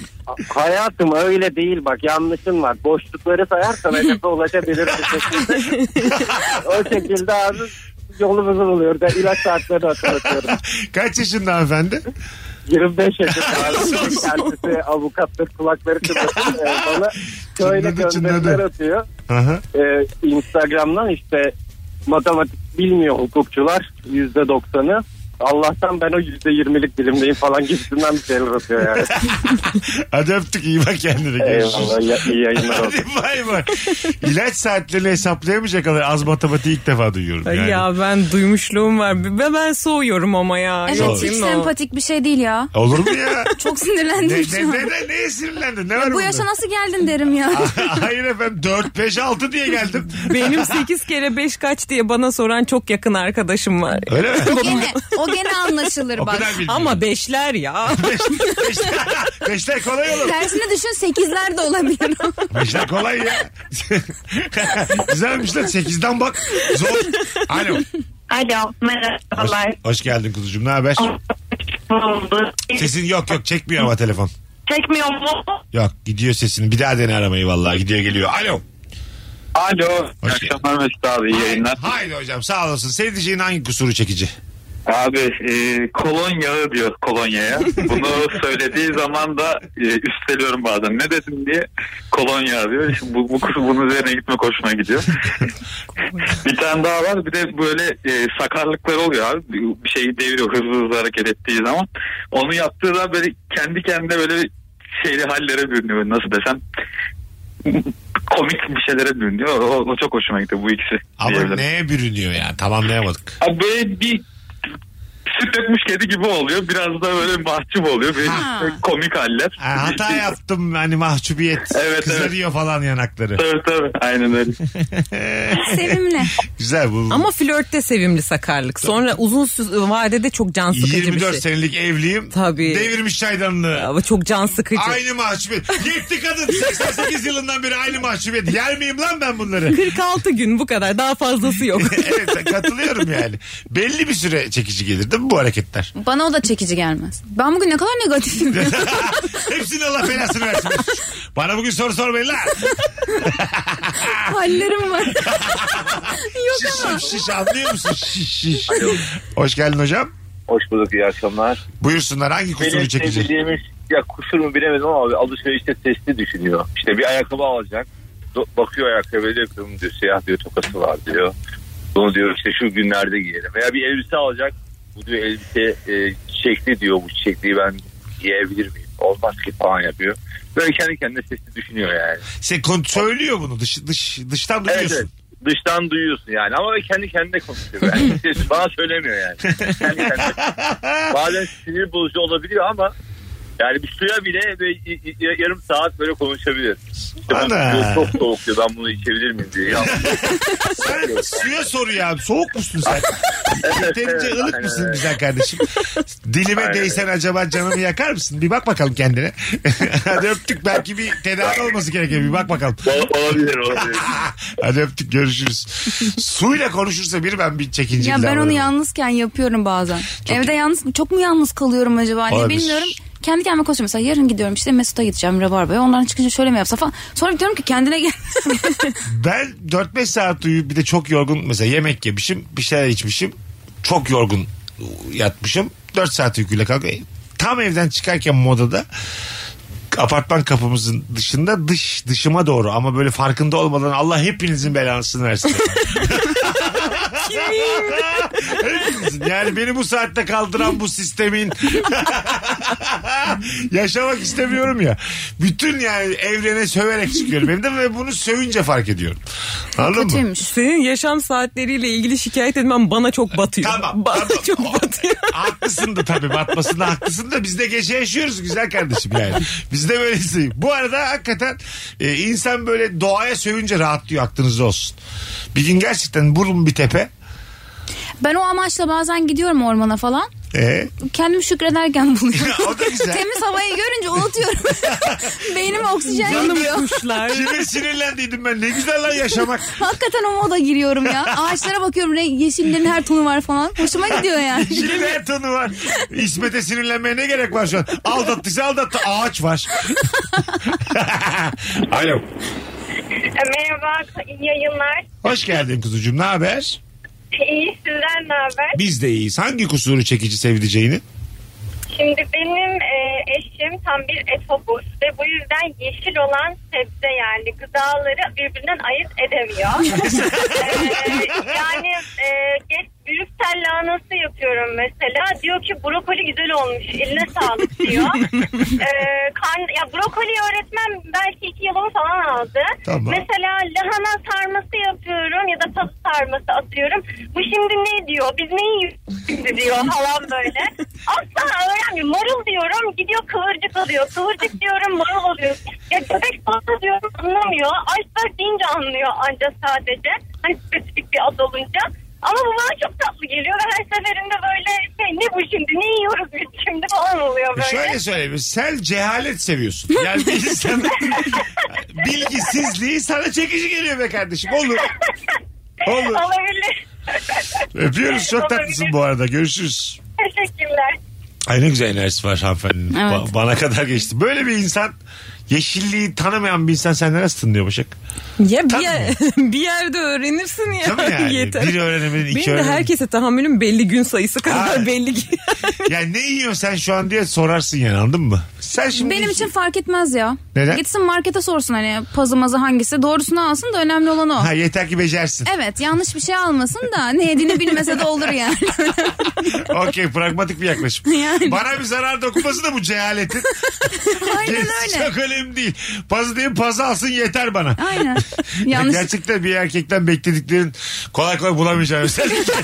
[SPEAKER 11] hayatım öyle değil bak yanlışın var. Boşlukları sayarsan hedefe ulaşabiliriz. bir şekilde." o şekilde abi yolumuzu buluyoruz. Yani ilaç saatlerini hatırlatıyorum.
[SPEAKER 3] Kaç yaşında hanımefendi?
[SPEAKER 11] 25 yaşında abi. Kendisi avukattır kulakları kırmasın. Ee, bana şöyle
[SPEAKER 3] Çınladı, çınladı.
[SPEAKER 11] gönderiler atıyor.
[SPEAKER 3] Aha.
[SPEAKER 11] Ee, Instagram'dan işte matematik bilmiyor hukukçular %90'ı. Allah'tan ben o %20'lik dilimdeyim falan gibisinden bir şeyler atıyor yani.
[SPEAKER 3] Hadi öptük iyi bak kendine.
[SPEAKER 11] Eyvallah
[SPEAKER 3] Görüşürüz.
[SPEAKER 11] ya- iyi yayınlar olsun.
[SPEAKER 3] Hadi bay bay. İlaç saatlerini hesaplayamayacak kadar az matematiği ilk defa duyuyorum.
[SPEAKER 5] Ay
[SPEAKER 3] Yani.
[SPEAKER 5] Ya ben duymuşluğum var ve ben soğuyorum ama ya.
[SPEAKER 4] Evet
[SPEAKER 5] Yok,
[SPEAKER 4] hiç
[SPEAKER 5] değil mi o?
[SPEAKER 4] sempatik bir şey değil ya.
[SPEAKER 3] Olur mu ya?
[SPEAKER 4] Çok
[SPEAKER 3] ne,
[SPEAKER 4] sinirlendim şu
[SPEAKER 3] ne,
[SPEAKER 4] an.
[SPEAKER 3] ne, Ah. ne, neye sinirlendin? Ne var
[SPEAKER 4] Ya bu
[SPEAKER 3] bunda?
[SPEAKER 4] yaşa nasıl geldin derim ya.
[SPEAKER 3] Hayır efendim 4, 5, 6 diye geldim.
[SPEAKER 5] Benim 8 kere 5 kaç diye bana soran çok yakın arkadaşım var.
[SPEAKER 3] Öyle mi?
[SPEAKER 4] o gene, o gene anlaşılır
[SPEAKER 3] O
[SPEAKER 4] bak.
[SPEAKER 3] kadar bilmiyorum.
[SPEAKER 5] Ama beşler ya.
[SPEAKER 3] Beşler, beşler kolay olur.
[SPEAKER 4] Tersine düşün sekizler de olabilir.
[SPEAKER 3] Beşler kolay ya. Güzelmiş lan 8'den bak. Zor. Alo.
[SPEAKER 12] Alo
[SPEAKER 3] Hoş,
[SPEAKER 12] merhabalar.
[SPEAKER 3] hoş geldin kuzucuğum ne haber?
[SPEAKER 12] Ne oldu?
[SPEAKER 3] Sesin yok yok çekmiyor ama telefon.
[SPEAKER 12] Çekmiyor mu?
[SPEAKER 3] Yok gidiyor sesini. Bir daha dene aramayı vallahi gidiyor geliyor. Alo.
[SPEAKER 13] Alo.
[SPEAKER 3] Hoş
[SPEAKER 13] İyi akşamlar Mesut abi. iyi yayınlar.
[SPEAKER 3] Haydi hocam sağ olasın. Sevdiceğin hangi kusuru çekici?
[SPEAKER 13] Abi e, kolon yağı diyor kolonyaya. Bunu söylediği zaman da e, üsteliyorum bazen. Ne dedim diye kolon yağı diyor. Şimdi bu, bu bunun üzerine gitmek hoşuma gidiyor. bir tane daha var. Bir de böyle e, sakarlıklar oluyor abi. Bir- Bir şeyi deviriyor hızlı hızlı hareket ettiği zaman. Onu yaptığı zaman böyle kendi kendine böyle şeyli hallere bürünüyor. Nasıl desem komik bir şeylere bürünüyor. O, o çok hoşuma gitti bu ikisi.
[SPEAKER 3] Ama
[SPEAKER 13] diyebilirim.
[SPEAKER 3] neye bürünüyor yani tam anlayamadık.
[SPEAKER 13] Abi böyle bir
[SPEAKER 6] Şirketmiş kedi gibi oluyor. Biraz da böyle mahcup oluyor. Benim
[SPEAKER 4] Ha.
[SPEAKER 6] işte komik haller.
[SPEAKER 3] Ha, hata yaptım hani mahcubiyet.
[SPEAKER 6] Evet,
[SPEAKER 3] Kızarıyor falan yanakları.
[SPEAKER 6] Tabii tabii. Aynen öyle.
[SPEAKER 4] Sevimli.
[SPEAKER 3] Güzel bu.
[SPEAKER 5] Ama flörtte sevimli sakarlık. Sonra uzun sü- vadede çok can sıkıcı bir
[SPEAKER 3] 24
[SPEAKER 5] şey.
[SPEAKER 3] senelik evliyim.
[SPEAKER 5] Tabii.
[SPEAKER 3] Devirmiş çaydanlığı.
[SPEAKER 5] Ama çok can sıkıcı.
[SPEAKER 3] Aynı mahcubiyet. Yetti kadın 88 yılından beri aynı mahcubiyet. Yer miyim lan ben bunları?
[SPEAKER 5] 46 gün bu kadar daha fazlası yok.
[SPEAKER 3] evet katılıyorum yani. Belli bir süre çekici gelir değil mi bu hareketler?
[SPEAKER 4] Bana o da çekici gelmez. Ben bugün ne kadar negatifim. ya.
[SPEAKER 3] Hepsini Allah belasını versin. Bana bugün soru sormayın lan.
[SPEAKER 4] Hallerim var.
[SPEAKER 3] Şiş, şiş, şiş anlıyor musun? Şiş şiş. Hoş geldin hocam.
[SPEAKER 13] Hoş bulduk iyi akşamlar.
[SPEAKER 3] Buyursunlar hangi kusuru
[SPEAKER 13] Benim
[SPEAKER 3] çekici?
[SPEAKER 13] sevdiğimiz ya kusur mu bilemedim ama alışverişte sesli düşünüyor. İşte bir ayakkabı alacak. Do- bakıyor ayakkabıya diyor ki "Bunun diyor siyah diyor tokası var diyor. Bunu diyor işte şu günlerde giyelim. Veya bir elbise alacak. Bu diyor elbise e, çiçekli diyor bu çiçekliği ben giyebilir miyim? Olmaz ki falan yapıyor. Böyle kendi kendine sesli düşünüyor yani.
[SPEAKER 3] Sen kon- söylüyor bunu dış, dış, dıştan
[SPEAKER 13] Evet,
[SPEAKER 3] duyuyorsun.
[SPEAKER 13] evet. Dıştan duyuyorsun yani ama kendi kendine konuşuyor. Yani ses bana söylemiyor yani. Kendi kendine. Bazen sinir bozucu olabiliyor ama yani bir suya bile böyle y- y- yarım saat böyle konuşabilir. İşte ben
[SPEAKER 3] Ana.
[SPEAKER 13] diyor, çok soğuk diyor ben bunu içebilir miyim diye. Ya,
[SPEAKER 3] Sen suya sor ya. Soğuk musun sen? Yeterince
[SPEAKER 13] evet,
[SPEAKER 3] ılık
[SPEAKER 13] aynen
[SPEAKER 3] mısın
[SPEAKER 13] öyle.
[SPEAKER 3] güzel kardeşim? Dilime
[SPEAKER 13] Aynen
[SPEAKER 3] değsen acaba canımı yakar mısın? Bir bak bakalım kendine. Hadi öptük. Belki bir tedavi olması gerekiyor. Bir bak bakalım.
[SPEAKER 13] ol- olabilir olabilir.
[SPEAKER 3] Hadi öptük görüşürüz. Suyla konuşursa biri ben bir çekince.
[SPEAKER 4] ya ben onu yalnızken yapıyorum bazen. Evde yalnız çok mu yalnız kalıyorum acaba ne
[SPEAKER 3] Olabilir.
[SPEAKER 4] bilmiyorum. Kendi kendime konuşuyorum. Mesela yarın gidiyorum işte Mesut'a gideceğim Rabarba'ya. Onların çıkınca şöyle mi yapsa falan. Sonra diyorum ki kendine gel.
[SPEAKER 3] Ben 4-5 saat uyuyup bir de çok yorgun mesela yemek yemişim bir şeyler içmişim çok yorgun yatmışım 4 saat uykuyla kalkıyorum. Tam evden çıkarken modada apartman kapımızın dışında dış dışıma doğru ama böyle farkında olmadan Allah hepinizin belasını versin. Hepinizin. yani beni bu saatte kaldıran bu sistemin yaşamak istemiyorum ya. Bütün yani evrene söverek çıkıyorum evde ve bunu sövünce fark ediyorum. Anladın mı?
[SPEAKER 4] Kötüymüş.
[SPEAKER 5] Senin yaşam saatleriyle ilgili şikayet etmem bana çok batıyor.
[SPEAKER 3] Tamam,
[SPEAKER 5] Bana
[SPEAKER 3] tamam.
[SPEAKER 5] çok batıyor.
[SPEAKER 3] Haklısın da tabii batmasında haklısın da biz de gece yaşıyoruz güzel kardeşim yani. Biz de böyleyiz. Bu arada hakikaten e, insan böyle doğaya sövünce rahatlıyor aklınızda olsun. Bir gün gerçekten burun bir tepe.
[SPEAKER 4] Ben o amaçla bazen gidiyorum ormana falan.
[SPEAKER 3] E,
[SPEAKER 4] Kendimi şükrederken buluyorum.
[SPEAKER 3] o da güzel.
[SPEAKER 4] Temiz havayı görünce unutuyorum. Beynim oksijen
[SPEAKER 5] Canım
[SPEAKER 4] gidiyor.
[SPEAKER 5] kuşlar.
[SPEAKER 3] Kime sinirlendiydim ben ne güzel lan yaşamak.
[SPEAKER 4] Hakikaten o moda giriyorum ya. Ağaçlara bakıyorum renk, yeşillerin her tonu var falan. Hoşuma gidiyor yani.
[SPEAKER 3] Yeşilin her tonu var. İsmet'e sinirlenmeye ne gerek var şu an? Aldattıysa aldattı. Ağaç var. Alo.
[SPEAKER 12] E, Merhaba, iyi yayınlar.
[SPEAKER 3] Hoş geldin kuzucuğum. Ne haber?
[SPEAKER 12] İyi, sizden ne haber?
[SPEAKER 3] Biz de iyiyiz. Hangi kusuru çekici sevdiceğini?
[SPEAKER 12] Şimdi benim e, eşim tam bir etobus ve bu yüzden yeşil olan sebze yani gıdaları birbirinden ayırt edemiyor. Ee, yani e, geç Brüksel lahanası yapıyorum mesela. Diyor ki brokoli güzel olmuş. Eline sağlık diyor. Ee, kan, ya brokoli öğretmem belki iki yılımı falan aldı.
[SPEAKER 3] Tamam.
[SPEAKER 12] Mesela lahana sarması yapıyorum ya da patates sarması atıyorum. Bu şimdi ne diyor? Biz neyi yiyoruz şimdi diyor falan böyle. Asla öğrenmiyor. Marul diyorum gidiyor kıvırcık alıyor. Kıvırcık diyorum marul alıyor. Ya köpek salata diyorum anlamıyor. Iceberg deyince anlıyor ancak sadece. Hani spesifik bir ad olunca. Ama bu bana çok tatlı geliyor ve her seferinde böyle şey ne bu şimdi ne yiyoruz biz şimdi falan oluyor
[SPEAKER 3] E
[SPEAKER 12] böyle.
[SPEAKER 3] Şöyle söyleyeyim. Sen cehalet seviyorsun. Yani bir insanın bilgisizliği sana çekici geliyor be kardeşim. Olur. Olur.
[SPEAKER 12] Olabilir.
[SPEAKER 3] Öpüyoruz. Çok tatlısın bu arada. Görüşürüz.
[SPEAKER 12] Teşekkürler.
[SPEAKER 3] Ay ne güzel enerjisi var hanımefendinin.
[SPEAKER 4] Evet.
[SPEAKER 3] Ba- bana kadar geçti. Böyle bir insan yeşilliği tanımayan bir insan senden nasıl tınlıyor Başak?
[SPEAKER 5] Ya bir,
[SPEAKER 3] Tabii.
[SPEAKER 5] yer- bir yerde öğrenirsin ya.
[SPEAKER 3] Tabii yani.
[SPEAKER 5] Yeter.
[SPEAKER 3] Bir öğrenemin, iki
[SPEAKER 5] Benim de
[SPEAKER 3] öğrenemin.
[SPEAKER 5] herkese tahammülüm belli gün sayısı kadar
[SPEAKER 3] Ha.
[SPEAKER 5] belli ki.
[SPEAKER 3] Yani ne yiyorsun sen şu an diye sorarsın yani anladın mı? Sen şimdi
[SPEAKER 4] Benim için fark etmez ya.
[SPEAKER 3] Neden?
[SPEAKER 4] Gitsin markete sorsun hani pazı mazı hangisi. Doğrusunu alsın da önemli olan o.
[SPEAKER 3] Ha yeter ki becersin.
[SPEAKER 4] Evet yanlış bir şey almasın da ne yediğini bilmese de olur yani.
[SPEAKER 3] Okey pragmatik bir yaklaşım.
[SPEAKER 4] Yani.
[SPEAKER 3] Bana bir zarar dokunması da bu cehaletin.
[SPEAKER 4] Aynen
[SPEAKER 3] Gerisi
[SPEAKER 4] öyle.
[SPEAKER 3] Çok önemli değil. Pazı diyeyim pazı alsın yeter bana.
[SPEAKER 4] Aynen. Yanlış.
[SPEAKER 3] Gerçekten bir erkekten beklediklerin kolay kolay bulamayacağın özellikler.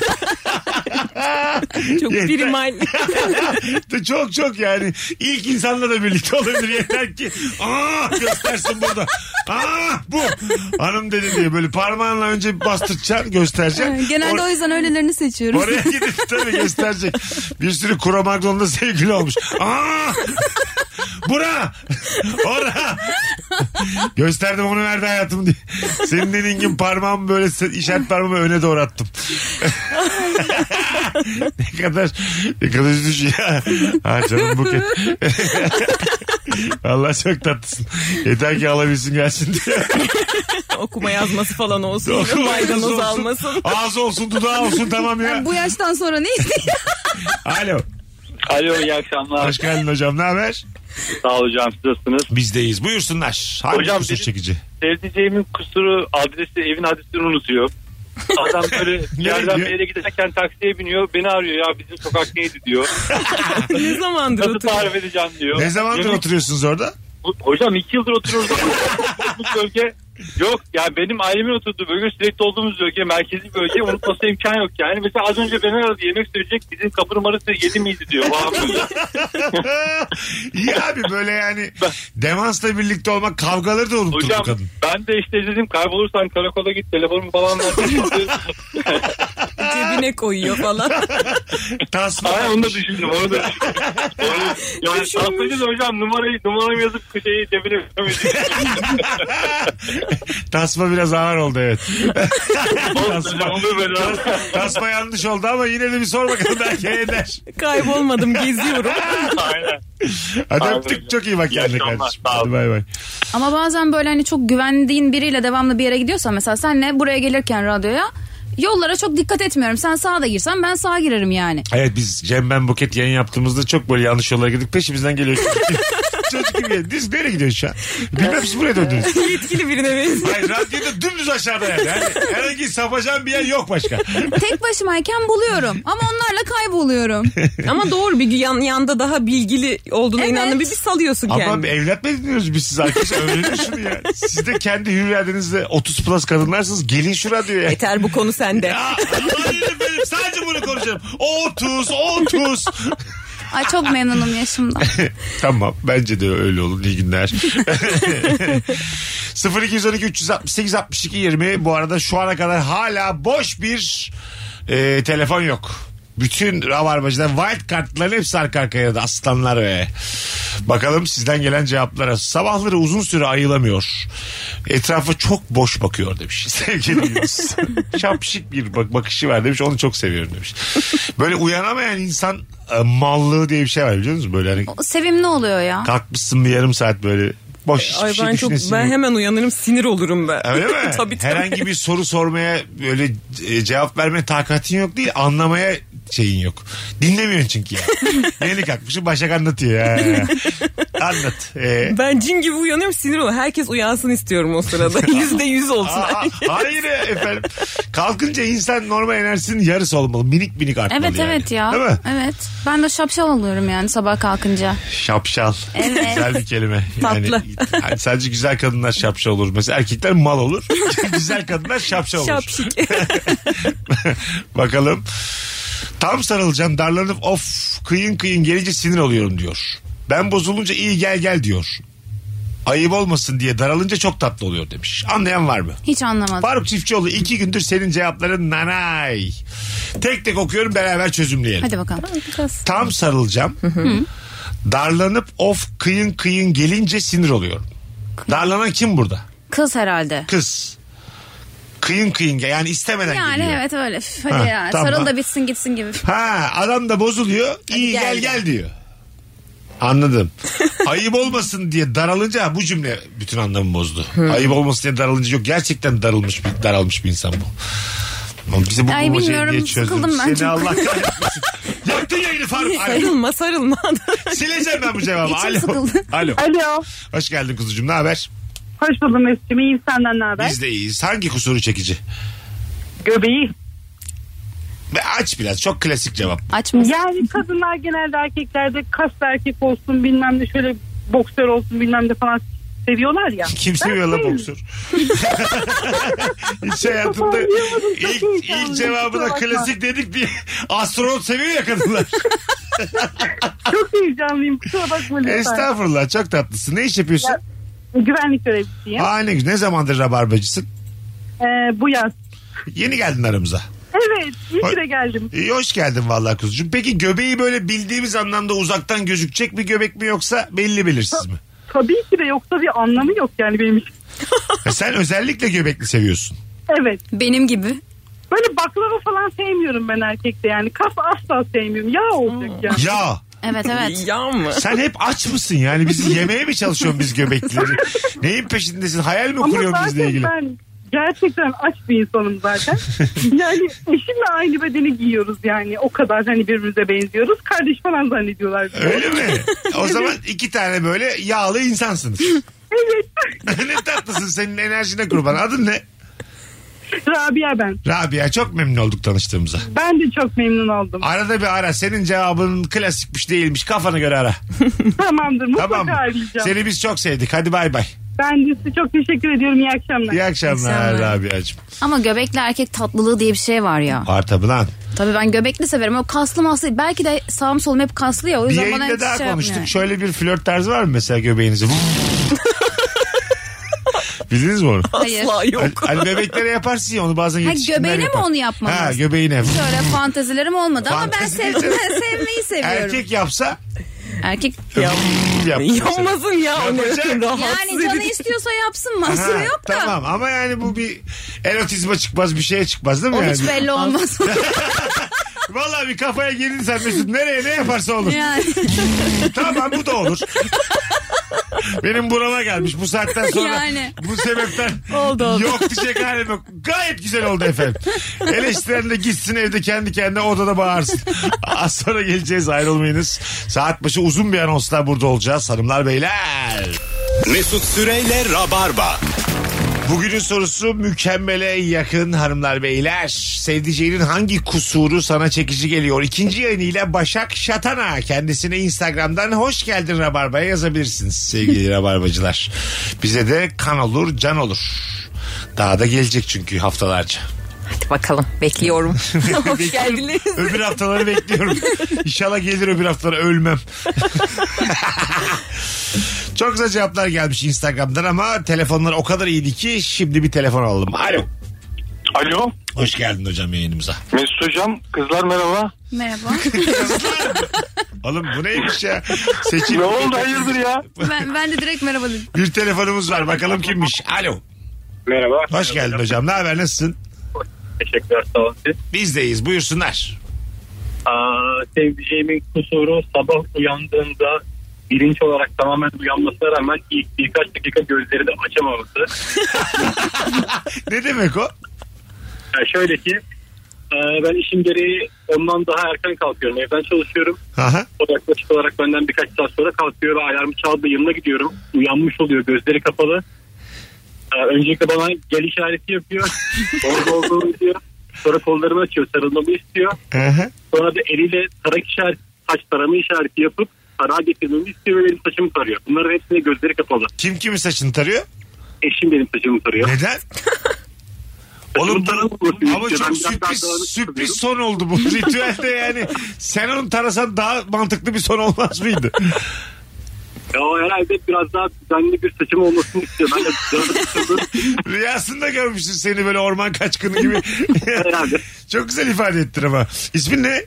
[SPEAKER 5] Çok primal.
[SPEAKER 3] çok çok yani. İlk insanla da birlikte olabilir. Yeter ki aa göstersin burada. Aa bu. Hanım dedi diye böyle parmağınla önce bastıracaksın göstereceksin.
[SPEAKER 4] Genelde o yüzden öylelerini seçiyoruz.
[SPEAKER 3] Oraya gidip tabii gösterecek. Bir sürü Kromagnon'da sevgili olmuş. Aa! Bura! Ora! Gösterdim onu nerede hayatım diye. Senin dediğin gibi parmağımı böyle se- işaret parmağımı öne doğru attım. ne kadar ne kadar üzücü ya. Ha canım buket. Allah çok tatlısın. Yeter ki alabilsin gelsin diye.
[SPEAKER 5] Okuma yazması falan olsun.
[SPEAKER 3] Okuma yazması
[SPEAKER 5] Maydanoz
[SPEAKER 3] olsun.
[SPEAKER 5] almasın.
[SPEAKER 3] Ağzı olsun dudağı olsun tamam ya.
[SPEAKER 4] Bu yaştan sonra ne isteyeceğim?
[SPEAKER 3] Alo.
[SPEAKER 13] Alo iyi akşamlar.
[SPEAKER 3] Hoş geldin hocam ne haber?
[SPEAKER 13] Sağ ol hocam siz nasılsınız?
[SPEAKER 3] Bizdeyiz buyursunlar. Hangi
[SPEAKER 13] Hocam,
[SPEAKER 3] kusur
[SPEAKER 13] benim-
[SPEAKER 3] çekici?
[SPEAKER 13] Sevdiceğimin kusuru adresi evin adresini unutuyor. Adam böyle yerden bir
[SPEAKER 3] gidiyor?
[SPEAKER 13] yere giderken taksiye biniyor. Beni arıyor ya bizim sokak neydi diyor.
[SPEAKER 5] ne zamandır
[SPEAKER 13] Nasıl
[SPEAKER 5] oturuyor?
[SPEAKER 13] tarif edeceğim diyor.
[SPEAKER 3] Ne zamandır
[SPEAKER 13] Yemin-
[SPEAKER 3] oturuyorsunuz orada?
[SPEAKER 13] Bu- Hocam iki yıldır oturuyoruz. Bu bölge yok. Yani benim ailemin oturduğu bölge sürekli olduğumuz bölge merkezi bölge unutması imkan yok yani. Mesela az önce beni aradı yemek söyleyecek bizim kapı numarası yedi miydi diyor. Vay be.
[SPEAKER 3] İyi abi böyle yani demansla birlikte olmak kavgaları da unuttu bu
[SPEAKER 13] Hocam
[SPEAKER 3] kadın.
[SPEAKER 13] ben de işte dedim kaybolursan karakola git telefonumu falan ver.
[SPEAKER 5] Cebine koyuyor falan.
[SPEAKER 3] Tasma.
[SPEAKER 13] Aynen onu da düşündüm. Onu da düşündüm. Onu- yani
[SPEAKER 5] Düşünmüş.
[SPEAKER 13] aslında da hocam numarayı numaramı yazıp şeyi cebine koymuşum.
[SPEAKER 3] Tasma biraz ağır oldu evet.
[SPEAKER 13] Olsun hocam
[SPEAKER 3] Tasma.
[SPEAKER 13] olur böyle.
[SPEAKER 3] Tasma yanlış oldu ama yine de bir sor bakalım belki eder.
[SPEAKER 5] Kaybolmadım geziyorum.
[SPEAKER 13] Aynen.
[SPEAKER 3] Hadi
[SPEAKER 13] Abi
[SPEAKER 3] öptük
[SPEAKER 13] hocam.
[SPEAKER 3] çok iyi bak
[SPEAKER 13] İyi
[SPEAKER 3] kendine
[SPEAKER 13] akşamlar,
[SPEAKER 3] kardeşim.
[SPEAKER 13] sağ ol.
[SPEAKER 3] Hadi bay bay.
[SPEAKER 4] Ama bazen böyle hani çok güvendiğin biriyle devamlı bir yere gidiyorsan mesela senle buraya gelirken radyoya yollara çok dikkat etmiyorum. Sen sağa da girsen ben sağa girerim yani.
[SPEAKER 3] Evet biz Cem ben Buket yayın yaptığımızda çok böyle yanlış yollara girdik. Peşimizden geliyor. Çocuk gibi. Diz nereye gidiyorsun şu an? Bilmem siz buraya döndünüz.
[SPEAKER 5] Yetkili birine benziyor.
[SPEAKER 3] Hayır radyoda dümdüz aşağıda yani. yani herhangi sapacağım bir yer yok başka.
[SPEAKER 4] Tek başımayken buluyorum ama onlarla kayboluyorum.
[SPEAKER 5] Ama doğru bir yan, yanda daha bilgili olduğuna
[SPEAKER 4] Evet.
[SPEAKER 5] inandın bir, bir salıyorsun
[SPEAKER 3] Ama
[SPEAKER 5] kendini.
[SPEAKER 3] evlat mı ediniyoruz biz siz arkadaşlar? Öyle düşünün ya. Siz de kendi hürriyetinizle 30 plus kadınlarsınız. Gelin şu radyoya.
[SPEAKER 5] Yeter bu konu sende.
[SPEAKER 3] Ya hayır benim sadece bunu konuşacağım. 30 30.
[SPEAKER 4] Ay çok memnunum yaşımdan.
[SPEAKER 3] tamam bence de öyle olun iyi günler. 0212 368 62 20 bu arada şu ana kadar hala boş bir e, telefon yok. Bütün rabarbacılar wild kartların hepsi arka arkaya da aslanlar ve bakalım sizden gelen cevaplara. Sabahları uzun süre ayılamıyor. Etrafa çok boş bakıyor demiş. Sevgilimiz. Şapşik bir bak bakışı var demiş. Onu çok seviyorum demiş. Böyle uyanamayan insan e, mallığı diye bir şey var biliyor musunuz? Böyle hani
[SPEAKER 4] O sevimli oluyor ya.
[SPEAKER 3] Kalkmışsın bir yarım saat böyle boş hiçbir
[SPEAKER 5] Ay
[SPEAKER 3] şey
[SPEAKER 5] ben çok
[SPEAKER 3] düşünesin
[SPEAKER 5] ben
[SPEAKER 3] yok.
[SPEAKER 5] hemen uyanırım sinir olurum ben.
[SPEAKER 3] Öyle mi?
[SPEAKER 5] tabii tabii.
[SPEAKER 3] Herhangi bir soru sormaya böyle e, cevap verme takatin yok değil anlamaya şeyin yok. Dinlemiyorsun çünkü ya. Yeni kalkmışım Başak anlatıyor ya. Anlat. Ee,
[SPEAKER 5] Ben cin gibi uyanıyorum sinir olurum. Herkes uyansın istiyorum o sırada. Yüzde yüz olsun.
[SPEAKER 3] aa, hayır efendim. Kalkınca insan normal enerjisinin yarısı olmalı. Minik minik artmalı
[SPEAKER 4] Evet
[SPEAKER 3] yani.
[SPEAKER 4] evet ya.
[SPEAKER 3] Değil mi?
[SPEAKER 4] Evet. Ben de şapşal oluyorum yani sabah kalkınca.
[SPEAKER 3] Şapşal.
[SPEAKER 4] Evet.
[SPEAKER 3] Güzel bir kelime. Yani,
[SPEAKER 5] Tatlı.
[SPEAKER 3] yani sadece güzel kadınlar şapşal olur. Mesela erkekler mal olur. güzel kadınlar şapşal olur.
[SPEAKER 5] Şapşik.
[SPEAKER 3] Bakalım. Tam sarılacağım darlanıp of kıyın kıyın gelince sinir oluyorum diyor. Ben bozulunca iyi gel gel diyor. Ayıp olmasın diye daralınca çok tatlı oluyor demiş. Anlayan var mı?
[SPEAKER 4] Hiç anlamadım.
[SPEAKER 3] Faruk Çiftçioğlu iki gündür senin cevapların nanay. Tek tek okuyorum beraber çözümleyelim.
[SPEAKER 4] Hadi bakalım.
[SPEAKER 3] Tam sarılacağım. Darlanıp of kıyın kıyın gelince sinir oluyorum. Darlanan kim burada?
[SPEAKER 4] Kız herhalde.
[SPEAKER 3] Kız. Kıyın kıyın gel- yani istemeden
[SPEAKER 4] Yani
[SPEAKER 3] geliyor.
[SPEAKER 4] evet öyle. Üf, Hadi
[SPEAKER 3] Ha,
[SPEAKER 4] ya.
[SPEAKER 3] tamam.
[SPEAKER 4] Sarıl da bitsin gitsin gibi.
[SPEAKER 3] Ha adam da bozuluyor. İyi gel
[SPEAKER 5] gel
[SPEAKER 3] gel, diyor. Anladım. Ayıp olmasın diye daralınca ha, bu cümle bütün anlamı bozdu. Ayıp olmasın diye daralınca yok. Gerçekten darılmış bir, daralmış bir insan bu. Ama Bize bu
[SPEAKER 4] Ay,
[SPEAKER 3] bulmacayı
[SPEAKER 4] bilmiyorum,
[SPEAKER 3] niye çözdün?
[SPEAKER 4] sıkıldım ben
[SPEAKER 3] Seni
[SPEAKER 4] çok.
[SPEAKER 3] Allah kahretmesin. Yaktın yayını Faruk. Ay,
[SPEAKER 5] sarılma sarılma.
[SPEAKER 3] Sileceğim ben bu cevabı.
[SPEAKER 4] İçim
[SPEAKER 3] Alo.
[SPEAKER 4] sıkıldı.
[SPEAKER 3] Alo.
[SPEAKER 8] Alo.
[SPEAKER 3] Hoş geldin kuzucuğum ne haber?
[SPEAKER 8] Hoş buldum Mesut'cum. İyiyim senden ne haber?
[SPEAKER 3] Biz de iyiyiz. Hangi kusuru çekici?
[SPEAKER 8] Göbeği.
[SPEAKER 3] Ve aç biraz. Çok klasik cevap.
[SPEAKER 4] Aç mısın?
[SPEAKER 14] Hani
[SPEAKER 8] Yani kadınlar genelde erkeklerde kaslı erkek olsun bilmem ne şöyle boksör olsun bilmem ne falan
[SPEAKER 14] seviyorlar ya.
[SPEAKER 3] Kim seviyor la boksör? Hiç hayatımda ilk, ilk cevabına klasik dedik diye astronot seviyor ya kadınlar.
[SPEAKER 14] Çok heyecanlıyım kusura bakma lütfen.
[SPEAKER 3] Estağfurullah çok tatlısın. Ne iş yapıyorsun?
[SPEAKER 14] Ya, Güvenlik görevlisiyim.
[SPEAKER 3] Aa, ne, güzel. ne zamandır rabarbacısın?
[SPEAKER 14] Ee, bu yaz.
[SPEAKER 3] Yeni geldin aramıza.
[SPEAKER 14] Evet iyi
[SPEAKER 3] Ho-
[SPEAKER 14] ki de geldim.
[SPEAKER 3] İyi, hoş geldin vallahi kuzucuğum. Peki göbeği böyle bildiğimiz anlamda uzaktan gözükecek bir göbek mi yoksa belli belirsiz mi?
[SPEAKER 14] Tabii ki de yoksa bir anlamı yok yani benim için.
[SPEAKER 3] Ya sen özellikle göbekli seviyorsun.
[SPEAKER 14] Evet. Benim gibi. Böyle baklava falan sevmiyorum ben erkekte yani. Kas asla sevmiyorum. Yağ olacak yani.
[SPEAKER 3] Hmm. Ya.
[SPEAKER 4] Evet evet.
[SPEAKER 3] Sen hep aç mısın yani? Biz yemeye mi çalışıyorsun biz göbeklileri? Neyin peşindesin? Hayal mi
[SPEAKER 14] Ama
[SPEAKER 3] kuruyorsun bizle
[SPEAKER 14] zaten
[SPEAKER 3] ilgili?
[SPEAKER 14] ben gerçekten aç bir insanım zaten. yani eşimle aynı bedeni giyiyoruz yani. O kadar hani birbirimize benziyoruz. Kardeş falan zannediyorlar. bizi.
[SPEAKER 3] Öyle mi? O zaman iki tane böyle yağlı insansınız.
[SPEAKER 14] Evet.
[SPEAKER 3] ne tatlısın senin enerjine kurban. Adın ne?
[SPEAKER 14] Rabia ben.
[SPEAKER 3] Rabia çok memnun olduk tanıştığımıza.
[SPEAKER 14] Ben de çok memnun oldum.
[SPEAKER 3] Arada bir ara. Senin cevabın klasikmiş değilmiş. Kafana göre ara.
[SPEAKER 14] Tamamdır. Mutlaka
[SPEAKER 3] tamam mı?
[SPEAKER 14] arayacağım.
[SPEAKER 3] Seni biz çok sevdik. Hadi bay bay.
[SPEAKER 14] Ben de size çok teşekkür ediyorum. İyi akşamlar.
[SPEAKER 3] İyi akşamlar Rabia'cığım.
[SPEAKER 4] Ama göbekli erkek tatlılığı diye bir şey var ya.
[SPEAKER 3] Var tabii lan.
[SPEAKER 4] Tabii ben göbekli severim. O kaslı maslı. Belki de sağım solum hep kaslı ya. O
[SPEAKER 3] Bir
[SPEAKER 4] yüzden bana
[SPEAKER 3] yayında
[SPEAKER 4] hiç
[SPEAKER 3] daha
[SPEAKER 4] şey
[SPEAKER 3] konuştuk.
[SPEAKER 4] yapmıyor.
[SPEAKER 3] Şöyle bir flört tarzı var mı mesela göbeğinizi? Bildiniz mi onu?
[SPEAKER 4] Hayır.
[SPEAKER 3] Hani- Hani bebeklere yaparsın ya onu bazen
[SPEAKER 4] Ha,
[SPEAKER 3] yetişkinler
[SPEAKER 4] göbeğine mi
[SPEAKER 3] yapar.
[SPEAKER 4] onu yapmamız?
[SPEAKER 3] Ha göbeğine.
[SPEAKER 4] Şöyle fantezilerim olmadı ama ben
[SPEAKER 3] Fantezi
[SPEAKER 4] sev-
[SPEAKER 3] diyeceğim.
[SPEAKER 4] sevmeyi seviyorum.
[SPEAKER 3] Erkek yapsa
[SPEAKER 4] Erkek
[SPEAKER 3] yap.
[SPEAKER 15] Yanmasın ya o ne
[SPEAKER 3] Yapacak.
[SPEAKER 4] yani canı istiyorsa yapsın
[SPEAKER 3] Ha,
[SPEAKER 4] mahsuru yok da.
[SPEAKER 3] Tamam ama yani bu bir erotizma çıkmaz bir şeye çıkmaz değil mi?
[SPEAKER 4] O
[SPEAKER 3] yani?
[SPEAKER 4] hiç belli olmaz.
[SPEAKER 3] Valla bir kafaya girdin sen Mesut nereye ne yaparsa olur. E,
[SPEAKER 4] yani.
[SPEAKER 3] tamam bu da olur. Benim burama gelmiş bu saatten sonra
[SPEAKER 4] Yani.
[SPEAKER 3] bu sebepten
[SPEAKER 15] Oldu, oldu.
[SPEAKER 3] yok diyecek halim yok. Gayet güzel oldu efendim. Eleştiren de gitsin evde kendi kendine odada bağırsın. Az sonra geleceğiz ayrılmayınız. Saat başı uzun bir anonsla burada olacağız hanımlar beyler.
[SPEAKER 16] Mesut Süreyle Rabarba.
[SPEAKER 3] Bugünün sorusu mükemmele yakın hanımlar beyler. Sevdiceğinin hangi kusuru sana çekici geliyor? İkinci yayınıyla Başak Şatana kendisine Instagram'dan hoş geldin Rabarba'ya yazabilirsiniz sevgili Rabarbacılar. Bize de kan olur can olur. Daha da gelecek çünkü haftalarca.
[SPEAKER 15] Hadi bakalım bekliyorum. Hoş
[SPEAKER 3] Bekliyorum.
[SPEAKER 15] geldiniz.
[SPEAKER 3] Öbür haftaları bekliyorum. İnşallah gelir öbür haftalara ölmem. Çok güzel cevaplar gelmiş Instagram'dan ama telefonlar o kadar iyiydi ki şimdi bir telefon alalım. Alo.
[SPEAKER 13] Alo
[SPEAKER 3] Hoş geldin hocam yayınımıza.
[SPEAKER 13] Mesut Hocam kızlar merhaba.
[SPEAKER 4] Merhaba.
[SPEAKER 3] Oğlum bu neymiş ya? Seçim.
[SPEAKER 13] Ne oldu hayırdır ya?
[SPEAKER 4] Ben, ben de direkt merhaba dedim.
[SPEAKER 3] Bir telefonumuz var bakalım kimmiş. Alo.
[SPEAKER 11] Merhaba.
[SPEAKER 3] Hoş geldin hocam. Ne haber nasılsın?
[SPEAKER 11] Teşekkürler sağ olun.
[SPEAKER 3] Bizdeyiz buyursunlar.
[SPEAKER 11] Aa, sevdiceğimin kusuru sabah uyandığında bilinç olarak tamamen uyanmasına rağmen ilk birkaç dakika gözlerini açamaması.
[SPEAKER 3] Ne demek o?
[SPEAKER 11] Yani şöyle ki e, ben işim gereği ondan daha erken kalkıyorum. Evden çalışıyorum.
[SPEAKER 3] Aha.
[SPEAKER 11] O yaklaşık olarak benden birkaç saat sonra kalkıyor ve alarmı çaldı yanına gidiyorum. Uyanmış oluyor gözleri kapalı. Ee, öncelikle bana gel işareti yapıyor. Orada olduğunu diyor. Sonra kollarımı açıyor sarılmamı istiyor.
[SPEAKER 3] Aha.
[SPEAKER 11] Sonra da eliyle tarak işareti, saç tarama işareti yapıp tarağa getirmemi istiyor ve benim saçımı tarıyor. Bunların hepsine gözleri kapalı.
[SPEAKER 3] Kim kimin saçını tarıyor?
[SPEAKER 11] Eşim benim saçımı tarıyor.
[SPEAKER 3] Neden? Oğlum bu- ama çok sürpriz, sürpriz son oldu bu ritüelde yani. Sen onu tarasan daha mantıklı bir son olmaz mıydı?
[SPEAKER 11] Ya o herhalde biraz daha düzenli bir saçım olmasını istiyor. Ben de
[SPEAKER 3] Rüyasında görmüşsün seni böyle orman kaçkını gibi.
[SPEAKER 11] Herhalde.
[SPEAKER 3] çok güzel ifade ettin ama. İsmin ne?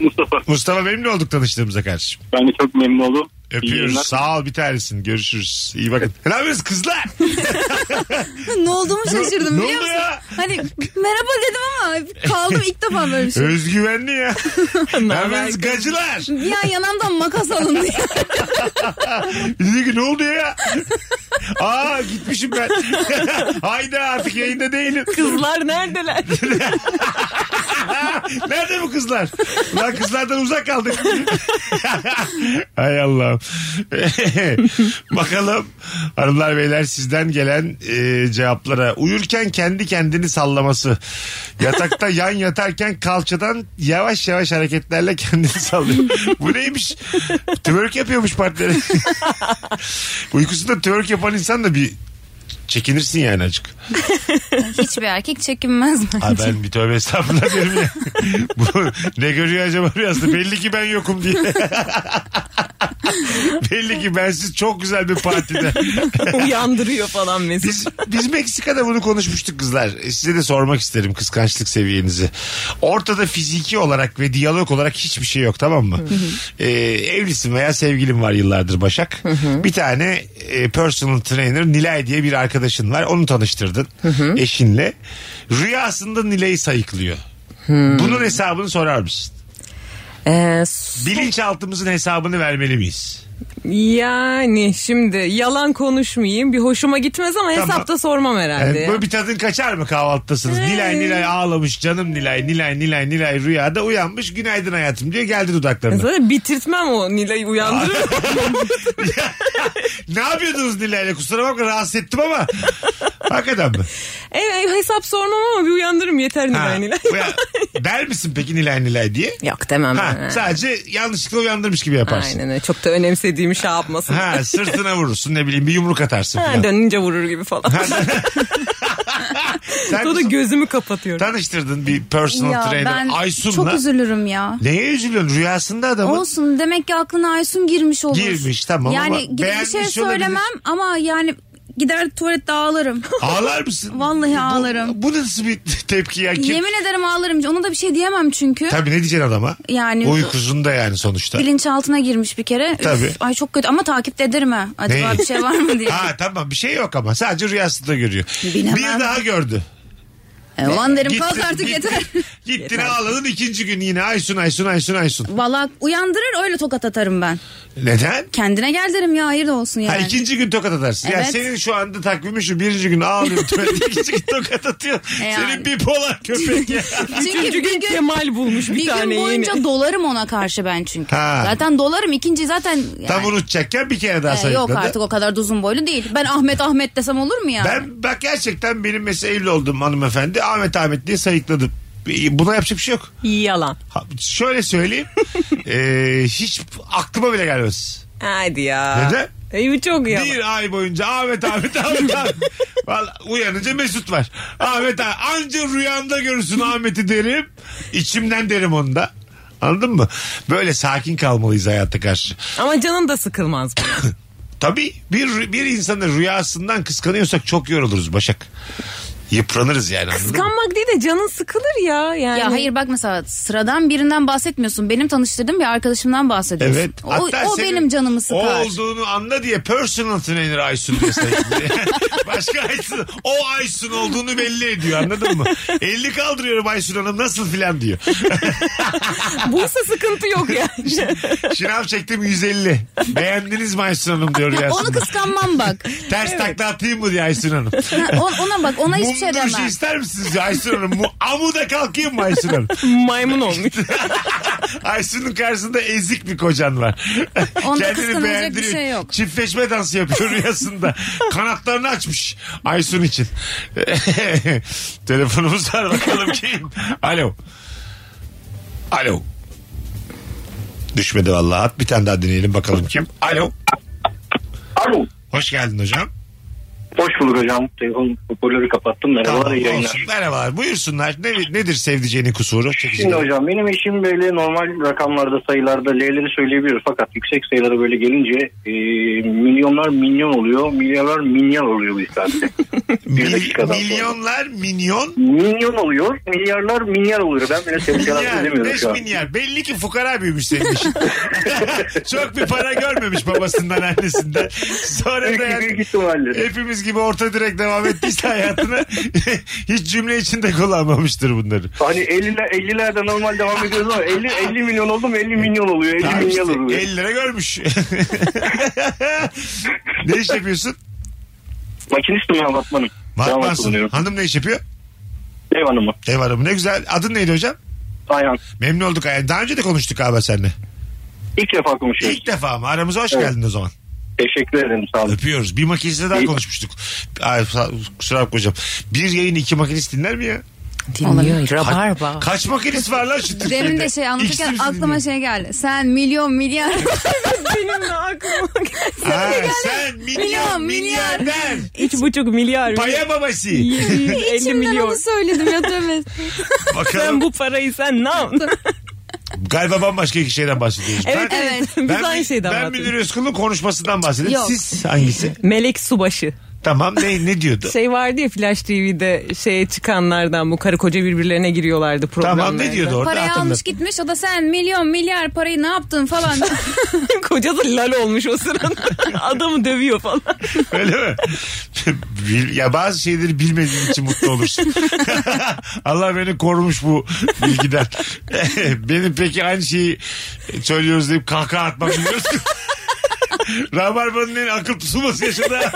[SPEAKER 11] Mustafa.
[SPEAKER 3] Mustafa benimle olduk tanıştığımıza karşı.
[SPEAKER 11] Ben de çok memnun oldum. İyi
[SPEAKER 3] Öpüyoruz.
[SPEAKER 11] yayınlar.
[SPEAKER 3] Sağ ol bir tanesin. Görüşürüz. İyi bakın. ne yapıyorsunuz kızlar?
[SPEAKER 4] Ne olduğumu şaşırdım
[SPEAKER 3] Ne oldu
[SPEAKER 4] biliyor musun?
[SPEAKER 3] ya?
[SPEAKER 4] Hani merhaba dedim ama kaldım ilk defa böyle bir şey.
[SPEAKER 3] Özgüvenli ya. ne yapıyorsunuz gacılar?
[SPEAKER 4] Ya yanamdan makas alındı.
[SPEAKER 3] Dedi ki ne oldu ya? Aa gitmişim ben. Hayda artık yayında değilim.
[SPEAKER 15] Kızlar neredeler?
[SPEAKER 3] Nerede bu kızlar? Lan kızlardan uzak kaldık. Hay Allah'ım. Bakalım hanımlar beyler sizden gelen e, cevaplara. Uyurken kendi kendini sallaması. Yatakta yan yatarken kalçadan yavaş yavaş hareketlerle kendini sallıyor. Bu neymiş? Twerk yapıyormuş partneri. Uykusunda twerk yapan insan da bir çekinirsin yani açık.
[SPEAKER 4] Hiçbir erkek çekinmez bence.
[SPEAKER 3] Ha ben bir tövbe estağfurullah diyorum ya. Bu, ne görüyor acaba rüyasında? Belli ki ben yokum diye. Belli ki bensiz çok güzel bir partide.
[SPEAKER 5] Uyandırıyor falan mesela.
[SPEAKER 3] Biz, biz Meksika'da bunu konuşmuştuk kızlar. E, Size de sormak isterim kıskançlık seviyenizi. Ortada fiziki olarak ve diyalog olarak hiçbir şey yok tamam mı? E, evlisin veya sevgilin var yıllardır Başak. Bir tane e, personal trainer Nilay diye bir arkadaşın var. Onu tanıştırdın eşinle. Rüyasında Nilay'ı sayıklıyor. Bunun hesabını sorar mısın?
[SPEAKER 5] Ee, s-
[SPEAKER 3] Bilinçaltımızın hesabını vermeli miyiz?
[SPEAKER 5] yani şimdi yalan konuşmayayım. Bir hoşuma gitmez ama hesapta sormam herhalde.
[SPEAKER 3] Yani
[SPEAKER 5] ya.
[SPEAKER 3] Ee, böyle bir şey tadın kaçar mı kahvaltıdasınız? Nilay Nilay ağlamış canım Nilay Nilay Nilay Nilay rüyada uyanmış günaydın hayatım diyor geldi dudaklarına.
[SPEAKER 5] Zaten bitirtmem o Nilay'ı uyandırır.
[SPEAKER 3] ne yapıyordunuz Nilay'la kusura bakma rahatsız ettim ama. Hakikaten mi?
[SPEAKER 5] evet hesap sormam ama bir uyandırırım
[SPEAKER 3] Ha,
[SPEAKER 5] yeter Nilay Nilay.
[SPEAKER 3] uya- der misin peki Nilay Nilay diye?
[SPEAKER 5] Yok demem ben.
[SPEAKER 3] Ha, sadece yanlışlıkla uyandırmış gibi yaparsın.
[SPEAKER 5] Aynen öyle. Çok da önemsediğimi şey yapmasın. Ha,
[SPEAKER 3] Ha, sırtına vurursun ne bileyim bir yumruk atarsın. falan.
[SPEAKER 5] dönünce vurur gibi falan.
[SPEAKER 3] Sen
[SPEAKER 5] Sonra gözümü kapatıyorum.
[SPEAKER 3] tanıştırdın bir personal
[SPEAKER 4] Ya ben
[SPEAKER 3] trainer Aysun'la.
[SPEAKER 4] çok üzülürüm ya.
[SPEAKER 3] Neye üzülüyorsun rüyasında adamın?
[SPEAKER 4] Olsun demek ki aklına Aysun girmiş olur.
[SPEAKER 3] Girmiş, tamam ama
[SPEAKER 4] Yani gidip bir şey
[SPEAKER 3] beğenmiş
[SPEAKER 4] söylemem
[SPEAKER 3] olabilir.
[SPEAKER 4] ama yani gider tuvalette ağlarım.
[SPEAKER 3] Ağlar mısın?
[SPEAKER 4] Vallahi
[SPEAKER 3] Bu-
[SPEAKER 4] ağlarım.
[SPEAKER 3] Bu nasıl bir tepki ya? Kim?
[SPEAKER 4] Yemin ederim ağlarım. Ona da bir şey diyemem çünkü.
[SPEAKER 3] Tabii ne diyeceksin adama?
[SPEAKER 4] Yani-
[SPEAKER 3] Uykusunda yani sonuçta.
[SPEAKER 4] Bilinçaltına girmiş bir kere. Üf,
[SPEAKER 3] Tabii.
[SPEAKER 4] ay çok kötü ama takip ederim ha. Acaba
[SPEAKER 3] Neyi?
[SPEAKER 4] bir şey var mı diye.
[SPEAKER 3] Ha tamam bir şey yok ama sadece rüyasında görüyor.
[SPEAKER 4] Bilemem.
[SPEAKER 3] Bir daha gördü.
[SPEAKER 4] E, ulan derim kalk
[SPEAKER 3] Gittin-
[SPEAKER 4] artık
[SPEAKER 3] gittin-
[SPEAKER 4] yeter.
[SPEAKER 3] Gittin ağladın ikinci gün yine Aysun Aysun Aysun Aysun.
[SPEAKER 4] Valla uyandırır öyle tokat atarım ben.
[SPEAKER 3] Neden?
[SPEAKER 4] Kendine gel derim ya hayır da olsun yani.
[SPEAKER 3] Ha ikinci gün tokat atarsın. Ya
[SPEAKER 4] Evet.
[SPEAKER 3] senin şu anda takvimin şu birinci gün ağlıyor. tuvalete, ikinci gün tokat atıyor.
[SPEAKER 4] E
[SPEAKER 3] Senin
[SPEAKER 4] yani.
[SPEAKER 3] bipolar köpek ya.
[SPEAKER 5] Üçüncü gün Kemal bulmuş bir,
[SPEAKER 4] bir
[SPEAKER 5] tane
[SPEAKER 4] gün boyunca
[SPEAKER 5] yeni.
[SPEAKER 4] dolarım ona karşı ben çünkü.
[SPEAKER 3] Ha.
[SPEAKER 4] Zaten dolarım ikinci zaten yani,
[SPEAKER 3] Tam unutacakken bir kere daha
[SPEAKER 4] e, yok
[SPEAKER 3] sayıkladı.
[SPEAKER 4] artık o kadar da uzun boylu değil. Ben Ahmet Ahmet desem olur mu yani?
[SPEAKER 3] Ben bak gerçekten benim mesela evli olduğum hanımefendi Ahmet Ahmet diye sayıkladım. Buna yapacak bir şey yok.
[SPEAKER 5] Yalan.
[SPEAKER 3] Ha, şöyle söyleyeyim. Ee, hiç aklıma bile gelmez.
[SPEAKER 5] Hadi ya.
[SPEAKER 3] Neden?
[SPEAKER 5] E, bu çok yalan.
[SPEAKER 3] Bir ay boyunca Ahmet Ahmet Ahmet Ahmet. Vallahi uyanınca Mesut var. Ahmet Ahmet. Anca rüyamda görürsün Ahmet'i derim. İçimden derim onu da. Anladın mı? Böyle sakin kalmalıyız hayata karşı.
[SPEAKER 5] Ama canın da sıkılmaz. bu.
[SPEAKER 3] Tabii bir, bir insanın rüyasından kıskanıyorsak çok yoruluruz Başak. Yıpranırız yani. anladın mı?
[SPEAKER 5] Kıskanmak değil de canın sıkılır ya. Yani.
[SPEAKER 4] Ya hayır bak mesela sıradan birinden bahsetmiyorsun. Benim tanıştırdığım bir arkadaşımdan bahsediyorsun.
[SPEAKER 3] Evet.
[SPEAKER 4] O,
[SPEAKER 3] Hatta
[SPEAKER 4] o
[SPEAKER 3] senin
[SPEAKER 4] benim canımı sıkar.
[SPEAKER 3] O olduğunu anla diye personal trainer Aysun diye sayılıyor. Başka Aysun. O Aysun olduğunu belli ediyor anladın mı? 50 kaldırıyorum Aysun Hanım nasıl filan diyor.
[SPEAKER 5] Buysa sıkıntı yok yani.
[SPEAKER 3] Şınav çektim 150. Beğendiniz mi Aysun Hanım diyor ya.
[SPEAKER 4] Onu kıskanmam bak.
[SPEAKER 3] Ters takla atayım mı diye Aysun Hanım.
[SPEAKER 4] Ha, o- ona bak ona hiçbir
[SPEAKER 3] Mum
[SPEAKER 4] şey
[SPEAKER 3] duruşu
[SPEAKER 4] demem.
[SPEAKER 3] ister misiniz diyor Aysun Hanım? Mu, amuda kalkayım mı Aysun Hanım?
[SPEAKER 5] Maymun olmuş.
[SPEAKER 3] Aysun'un karşısında ezik bir kocan var.
[SPEAKER 4] Onda kıskanılacak bir
[SPEAKER 3] beğendiriyor.
[SPEAKER 4] şey yok.
[SPEAKER 3] Çiftleşme dansı yapıyor rüyasında. Kanatlarını açmış Aysun için. Telefonumuz var bakalım kim? Alo. Alo. Düşmedi vallahi. At bir tane daha deneyelim bakalım kim? Alo.
[SPEAKER 13] Alo.
[SPEAKER 3] Hoş geldin hocam.
[SPEAKER 13] Hoş bulduk hocam. Telefon hoparlörü kapattım. Merhabalar
[SPEAKER 3] Tamam,
[SPEAKER 13] iyi yayınlar.
[SPEAKER 3] olsun. Merhabalar. Buyursunlar. Ne, nedir sevdiceğinin kusuru? Çekici
[SPEAKER 13] Şimdi
[SPEAKER 3] değil.
[SPEAKER 13] hocam benim eşim böyle normal rakamlarda sayılarda L'leri söyleyebiliyor fakat yüksek sayılara böyle gelince e, milyonlar milyon oluyor milyarlar milyar oluyor bir saatte. bir dakikadan
[SPEAKER 3] Mil-
[SPEAKER 13] sonra.
[SPEAKER 3] milyonlar minyon
[SPEAKER 13] Milyon oluyor milyarlar milyar oluyor ben böyle telaffuz
[SPEAKER 3] Milyar,
[SPEAKER 13] edemiyorum
[SPEAKER 3] 5
[SPEAKER 13] şu an.
[SPEAKER 3] milyar. Belli ki fukara büyümüş senin için. Çok bir para görmemiş babasından annesinden. Sonra
[SPEAKER 13] Büyük,
[SPEAKER 3] da yani
[SPEAKER 13] büyük ihtimalle.
[SPEAKER 3] hepimiz gibi orta direkt devam ettiyse hayatına hiç cümle içinde kullanmamıştır bunları.
[SPEAKER 13] Hani 50'ler 50'lerde normal devam ediyoruz ama 50 50 milyon oldu mu 50 milyon oluyor 50
[SPEAKER 3] Tamam
[SPEAKER 13] milyon
[SPEAKER 3] işte,
[SPEAKER 13] oluyor.
[SPEAKER 3] 50 lira görmüş. ne iş yapıyorsun?
[SPEAKER 13] Makinistim ben Batman'ım. Devam
[SPEAKER 3] Bakmansın.
[SPEAKER 13] kullanıyorum.
[SPEAKER 3] Hanım ne iş yapıyor?
[SPEAKER 13] Ev hanımı.
[SPEAKER 3] Ev hanımı. Ne güzel. Adın neydi hocam? Ayhan. Memnun olduk Ayhan. Daha önce de konuştuk abi seninle.
[SPEAKER 17] İlk defa konuşuyoruz.
[SPEAKER 3] İlk defa mı? Aramıza hoş
[SPEAKER 17] Evet.
[SPEAKER 3] geldin o zaman.
[SPEAKER 17] Teşekkür ederim sağ olun.
[SPEAKER 3] Öpüyoruz. Bir makiniste daha konuşmuştuk. Ay, sa- kusura bakma hocam. Bir yayın iki makinist dinler mi ya?
[SPEAKER 4] Dinliyor,
[SPEAKER 3] Ka-
[SPEAKER 5] Ah.
[SPEAKER 4] rabarba.
[SPEAKER 3] kaç makinist var lan şu Türkiye'de?
[SPEAKER 4] Demin de şey anlatırken
[SPEAKER 3] İkisi mi
[SPEAKER 4] aklıma şey geldi. Sen milyon milyar.
[SPEAKER 5] Benim de aklıma
[SPEAKER 3] dinliyor? Ha, sen milyon milyarder.
[SPEAKER 5] Üç buçuk milyar.
[SPEAKER 3] Paya babası.
[SPEAKER 5] İçimden milyon. onu
[SPEAKER 4] söyledim ya tövbe.
[SPEAKER 3] Bakalım
[SPEAKER 5] bu parayı sen ne yaptın?
[SPEAKER 3] galiba bambaşka iki şeyden bahsediyoruz.
[SPEAKER 5] Evet,
[SPEAKER 3] ben,
[SPEAKER 5] evet. Biz
[SPEAKER 3] ben,
[SPEAKER 5] aynı şeyden
[SPEAKER 3] Ben
[SPEAKER 5] bahsediyoruz.
[SPEAKER 3] Münir Özkul'un konuşmasından bahsediyorum.
[SPEAKER 5] Yok.
[SPEAKER 3] Siz hangisi?
[SPEAKER 5] Melek Subaşı.
[SPEAKER 3] Tamam ne, ne diyordu?
[SPEAKER 5] Şey vardı ya Flash TV'de şeye çıkanlardan bu karı koca birbirlerine giriyorlardı programlarda.
[SPEAKER 3] Tamam, ne diyordu orada?
[SPEAKER 4] Parayı almış gitmiş o da sen milyon milyar parayı ne yaptın falan.
[SPEAKER 5] Kocası lal olmuş o sırada. Adamı dövüyor falan.
[SPEAKER 3] Öyle mi? Bil- ya bazı şeyleri bilmediğin için mutlu olursun. Allah beni korumuş bu bilgiden. Benim peki aynı şeyi söylüyoruz deyip kahkaha atmam biliyorsun. Rabarba'nın en akıl pusulması yaşında.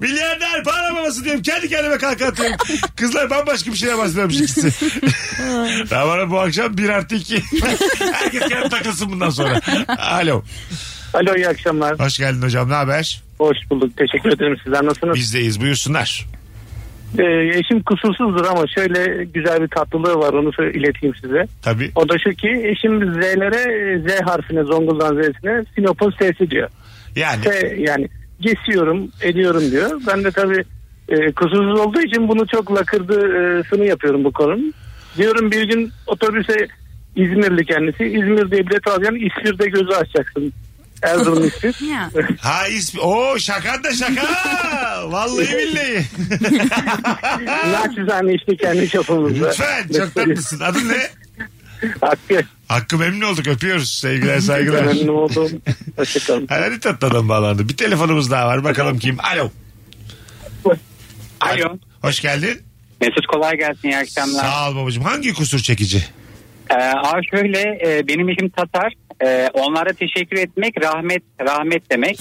[SPEAKER 3] Milyarder para babası diyorum. Kendi kendime kahkaha atıyorum. Kızlar bambaşka bir şeye bahsediyormuş ikisi. Rabarba bu akşam 1 artı 2. Herkes kendi takılsın bundan sonra. Alo.
[SPEAKER 17] Alo iyi akşamlar.
[SPEAKER 3] Hoş geldin hocam. Ne haber?
[SPEAKER 17] Hoş bulduk. Teşekkür ederim. Sizler nasılsınız?
[SPEAKER 3] Bizdeyiz. Buyursunlar.
[SPEAKER 17] Ee, eşim kusursuzdur ama şöyle güzel bir tatlılığı var onu sö- ileteyim size.
[SPEAKER 3] Tabii.
[SPEAKER 17] O da şu ki eşim Z'lere e, Z harfine Zonguldak Z'sine Sinop'un S'si diyor.
[SPEAKER 3] Yani.
[SPEAKER 11] şey-
[SPEAKER 17] S, yani kesiyorum ediyorum diyor. Ben de tabii e, kusursuz olduğu için bunu çok lakırdısını yapıyorum bu konunun. Diyorum bir gün otobüse İzmirli kendisi. İzmir diye bilet alacaksın İzmir'de gözü açacaksın. Erzurum İzmir.
[SPEAKER 4] Ya.
[SPEAKER 3] Ha ismi. Oo şakan da şaka. Vallahi billahi.
[SPEAKER 17] Naçizane işte kendi çapımızda.
[SPEAKER 3] Lütfen çok tatlısın. Adın ne?
[SPEAKER 17] Hakkı.
[SPEAKER 3] Hakkı memnun olduk. Öpüyoruz. Sevgiler saygılar.
[SPEAKER 17] Memnun oldum. Hoşçakalın.
[SPEAKER 3] Hadi tatlı adam bağlandı. Bir telefonumuz daha var. Bakalım kim? Alo.
[SPEAKER 18] Alo.
[SPEAKER 3] Hoş geldin.
[SPEAKER 18] Mesut kolay gelsin iyi akşamlar.
[SPEAKER 3] Sağ ol babacığım. Hangi kusur çekici?
[SPEAKER 18] Ee, abi şöyle e, benim işim Tatar. Ee, onlara teşekkür etmek rahmet rahmet demek.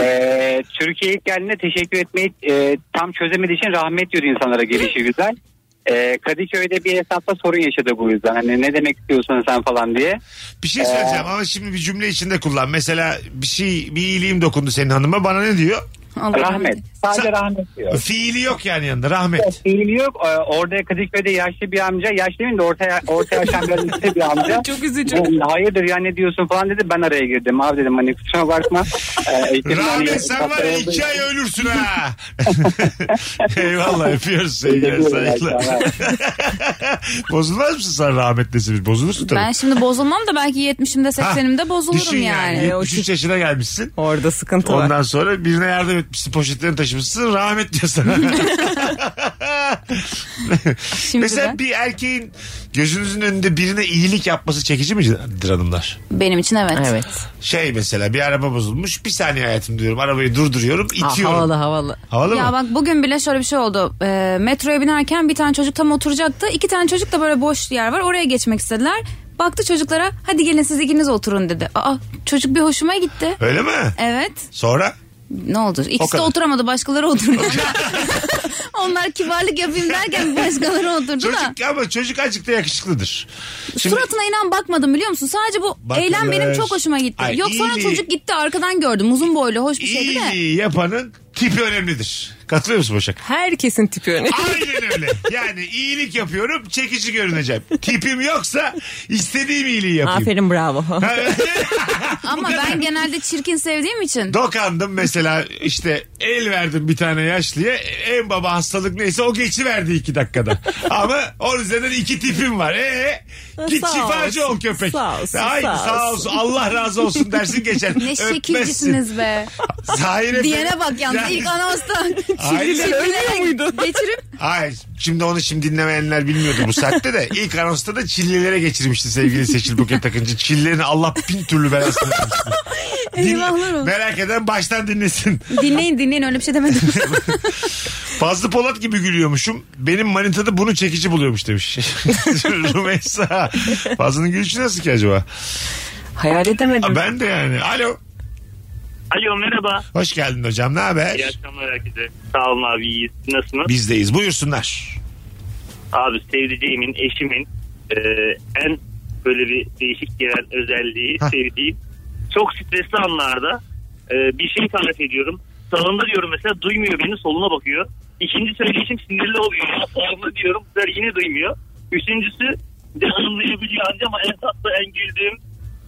[SPEAKER 18] ee, Türkiye ilk geldiğinde teşekkür etmeyi e, tam çözemediği için rahmet diyor insanlara gelişi güzel. Ee, Kadıköy'de bir hesapta sorun yaşadı bu yüzden. Hani ne demek istiyorsun sen falan diye.
[SPEAKER 3] Bir şey söyleyeceğim ama şimdi bir cümle içinde kullan. Mesela bir şey bir iyiliğim dokundu senin hanıma. Bana ne diyor?
[SPEAKER 18] Allah Rahmet. Sadece rahmet diyor.
[SPEAKER 3] Fiili yok yani yanında. Rahmet.
[SPEAKER 18] Yok, fiili yok. Ee, Orada Kadıköy'de yaşlı bir amca. Yaşlı değil de orta, orta yaşam biraz üstü bir amca.
[SPEAKER 5] Çok üzücü.
[SPEAKER 18] Bu, Hayırdır ya ne diyorsun falan dedi. Ben araya girdim. Abi dedim hani kusura bakma. Ee, işte hani-
[SPEAKER 3] Rahmet sen var ya iki ay ölürsün ha. Eyvallah öpüyoruz sevgiler
[SPEAKER 18] Öpüyorum,
[SPEAKER 3] saygılar. Bozulmaz mısın sen rahmetlisin? Bozulursun tabii.
[SPEAKER 4] ben şimdi bozulmam da belki 70'imde 80'imde bozulurum
[SPEAKER 3] Düşün
[SPEAKER 4] yani.
[SPEAKER 3] yani. 73 yaşına gelmişsin.
[SPEAKER 5] Orada sıkıntı
[SPEAKER 3] Ondan
[SPEAKER 5] var.
[SPEAKER 3] sonra birine yardım etmişsin poşetlerini taşımışsın rahmet diyor sana. Mesela bir erkeğin gözünüzün önünde birine iyilik yapması çekici midir hanımlar?
[SPEAKER 4] Benim için evet.
[SPEAKER 3] Şey mesela bir araba bozulmuş bir saniye hayatım diyorum arabayı durduruyorum itiyorum.
[SPEAKER 5] havalı havalı.
[SPEAKER 3] Havalı
[SPEAKER 4] Ya
[SPEAKER 3] mı?
[SPEAKER 4] bak bugün bile şöyle bir şey oldu. Ee, metroya binerken bir tane çocuk tam oturacaktı. İki tane çocuk da böyle boş yer var. Oraya geçmek istediler. Baktı çocuklara hadi gelin siz ikiniz oturun dedi. Aa çocuk bir hoşuma gitti.
[SPEAKER 3] Öyle mi?
[SPEAKER 4] Evet.
[SPEAKER 3] Sonra?
[SPEAKER 4] Ne oldu?
[SPEAKER 3] O
[SPEAKER 4] İkisi de
[SPEAKER 3] kadar.
[SPEAKER 4] oturamadı başkaları oturdu. Onlar kibarlık yapayım derken başkaları oturdu da.
[SPEAKER 3] Çocuk ama çocuk azıcık da yakışıklıdır.
[SPEAKER 4] Suratına inan bakmadım biliyor musun? Sadece bu
[SPEAKER 3] Bakılır.
[SPEAKER 4] eylem benim çok hoşuma gitti.
[SPEAKER 3] Ay,
[SPEAKER 4] Yok sonra
[SPEAKER 3] iyiliği-
[SPEAKER 4] çocuk gitti arkadan gördüm. Uzun boylu hoş bir şeydi de.
[SPEAKER 3] İyiliği yapanın tipi önemlidir. Katılıyor musun Başak?
[SPEAKER 5] Herkesin tipi önemli.
[SPEAKER 3] Aynen öyle. Yani iyilik yapıyorum çekici görüneceğim. Tipim yoksa istediğim iyiliği yapayım.
[SPEAKER 5] Aferin bravo.
[SPEAKER 4] Ama ben genelde çirkin sevdiğim için.
[SPEAKER 3] Dokandım mesela işte el verdim bir tane yaşlıya en baba hastalık neyse o geçiverdi iki dakikada. Ama onun üzerinden iki tipim var. Ee, git
[SPEAKER 5] Sağ
[SPEAKER 3] şifacı ol
[SPEAKER 5] olsun,
[SPEAKER 3] köpek.
[SPEAKER 5] sağ olsun,
[SPEAKER 3] Ay,
[SPEAKER 5] sağ
[SPEAKER 3] sağ olsun.
[SPEAKER 5] olsun.
[SPEAKER 3] Allah razı olsun dersin geçer.
[SPEAKER 4] ne şekilcisiniz be.
[SPEAKER 3] Zahir
[SPEAKER 4] Diyene bak yalnız ilk anonstan.
[SPEAKER 3] Hayır.
[SPEAKER 4] Çirkinler
[SPEAKER 5] ölmüyor muydu?
[SPEAKER 4] Geçirip
[SPEAKER 3] Hayır. Şimdi onu şimdi dinlemeyenler bilmiyordu bu saatte de. ilk anonsta da çillilere geçirmişti sevgili Seçil Buket Akıncı. Çillerin Allah bin türlü belasını vermişti. Dinle-
[SPEAKER 4] Eyvahlar olsun.
[SPEAKER 3] Merak eden baştan dinlesin.
[SPEAKER 4] dinleyin dinleyin öyle bir şey demedim.
[SPEAKER 3] Fazlı Polat gibi gülüyormuşum. Benim manitada bunu çekici buluyormuş demiş. Rümeysa. Fazlı'nın gülüşü nasıl ki acaba?
[SPEAKER 5] Hayal edemedim.
[SPEAKER 3] Aa, Ben de yani. Alo.
[SPEAKER 11] Alo merhaba.
[SPEAKER 3] Hoş geldin hocam. Ne haber?
[SPEAKER 11] İyi akşamlar herkese. Sağ olun abi iyiyiz. Nasılsınız?
[SPEAKER 3] Bizdeyiz. Buyursunlar.
[SPEAKER 11] Abi sevdiceğimin, eşimin e, en böyle bir değişik gelen özelliği sevdiğim. Çok stresli anlarda e, bir şey tarif ediyorum. Sağında diyorum mesela duymuyor beni soluna bakıyor. İkinci söyleyişim sinirli oluyor. Sağında diyorum bu sefer yine duymuyor. Üçüncüsü de anlayabileceği anca ama en tatlı en güldüğüm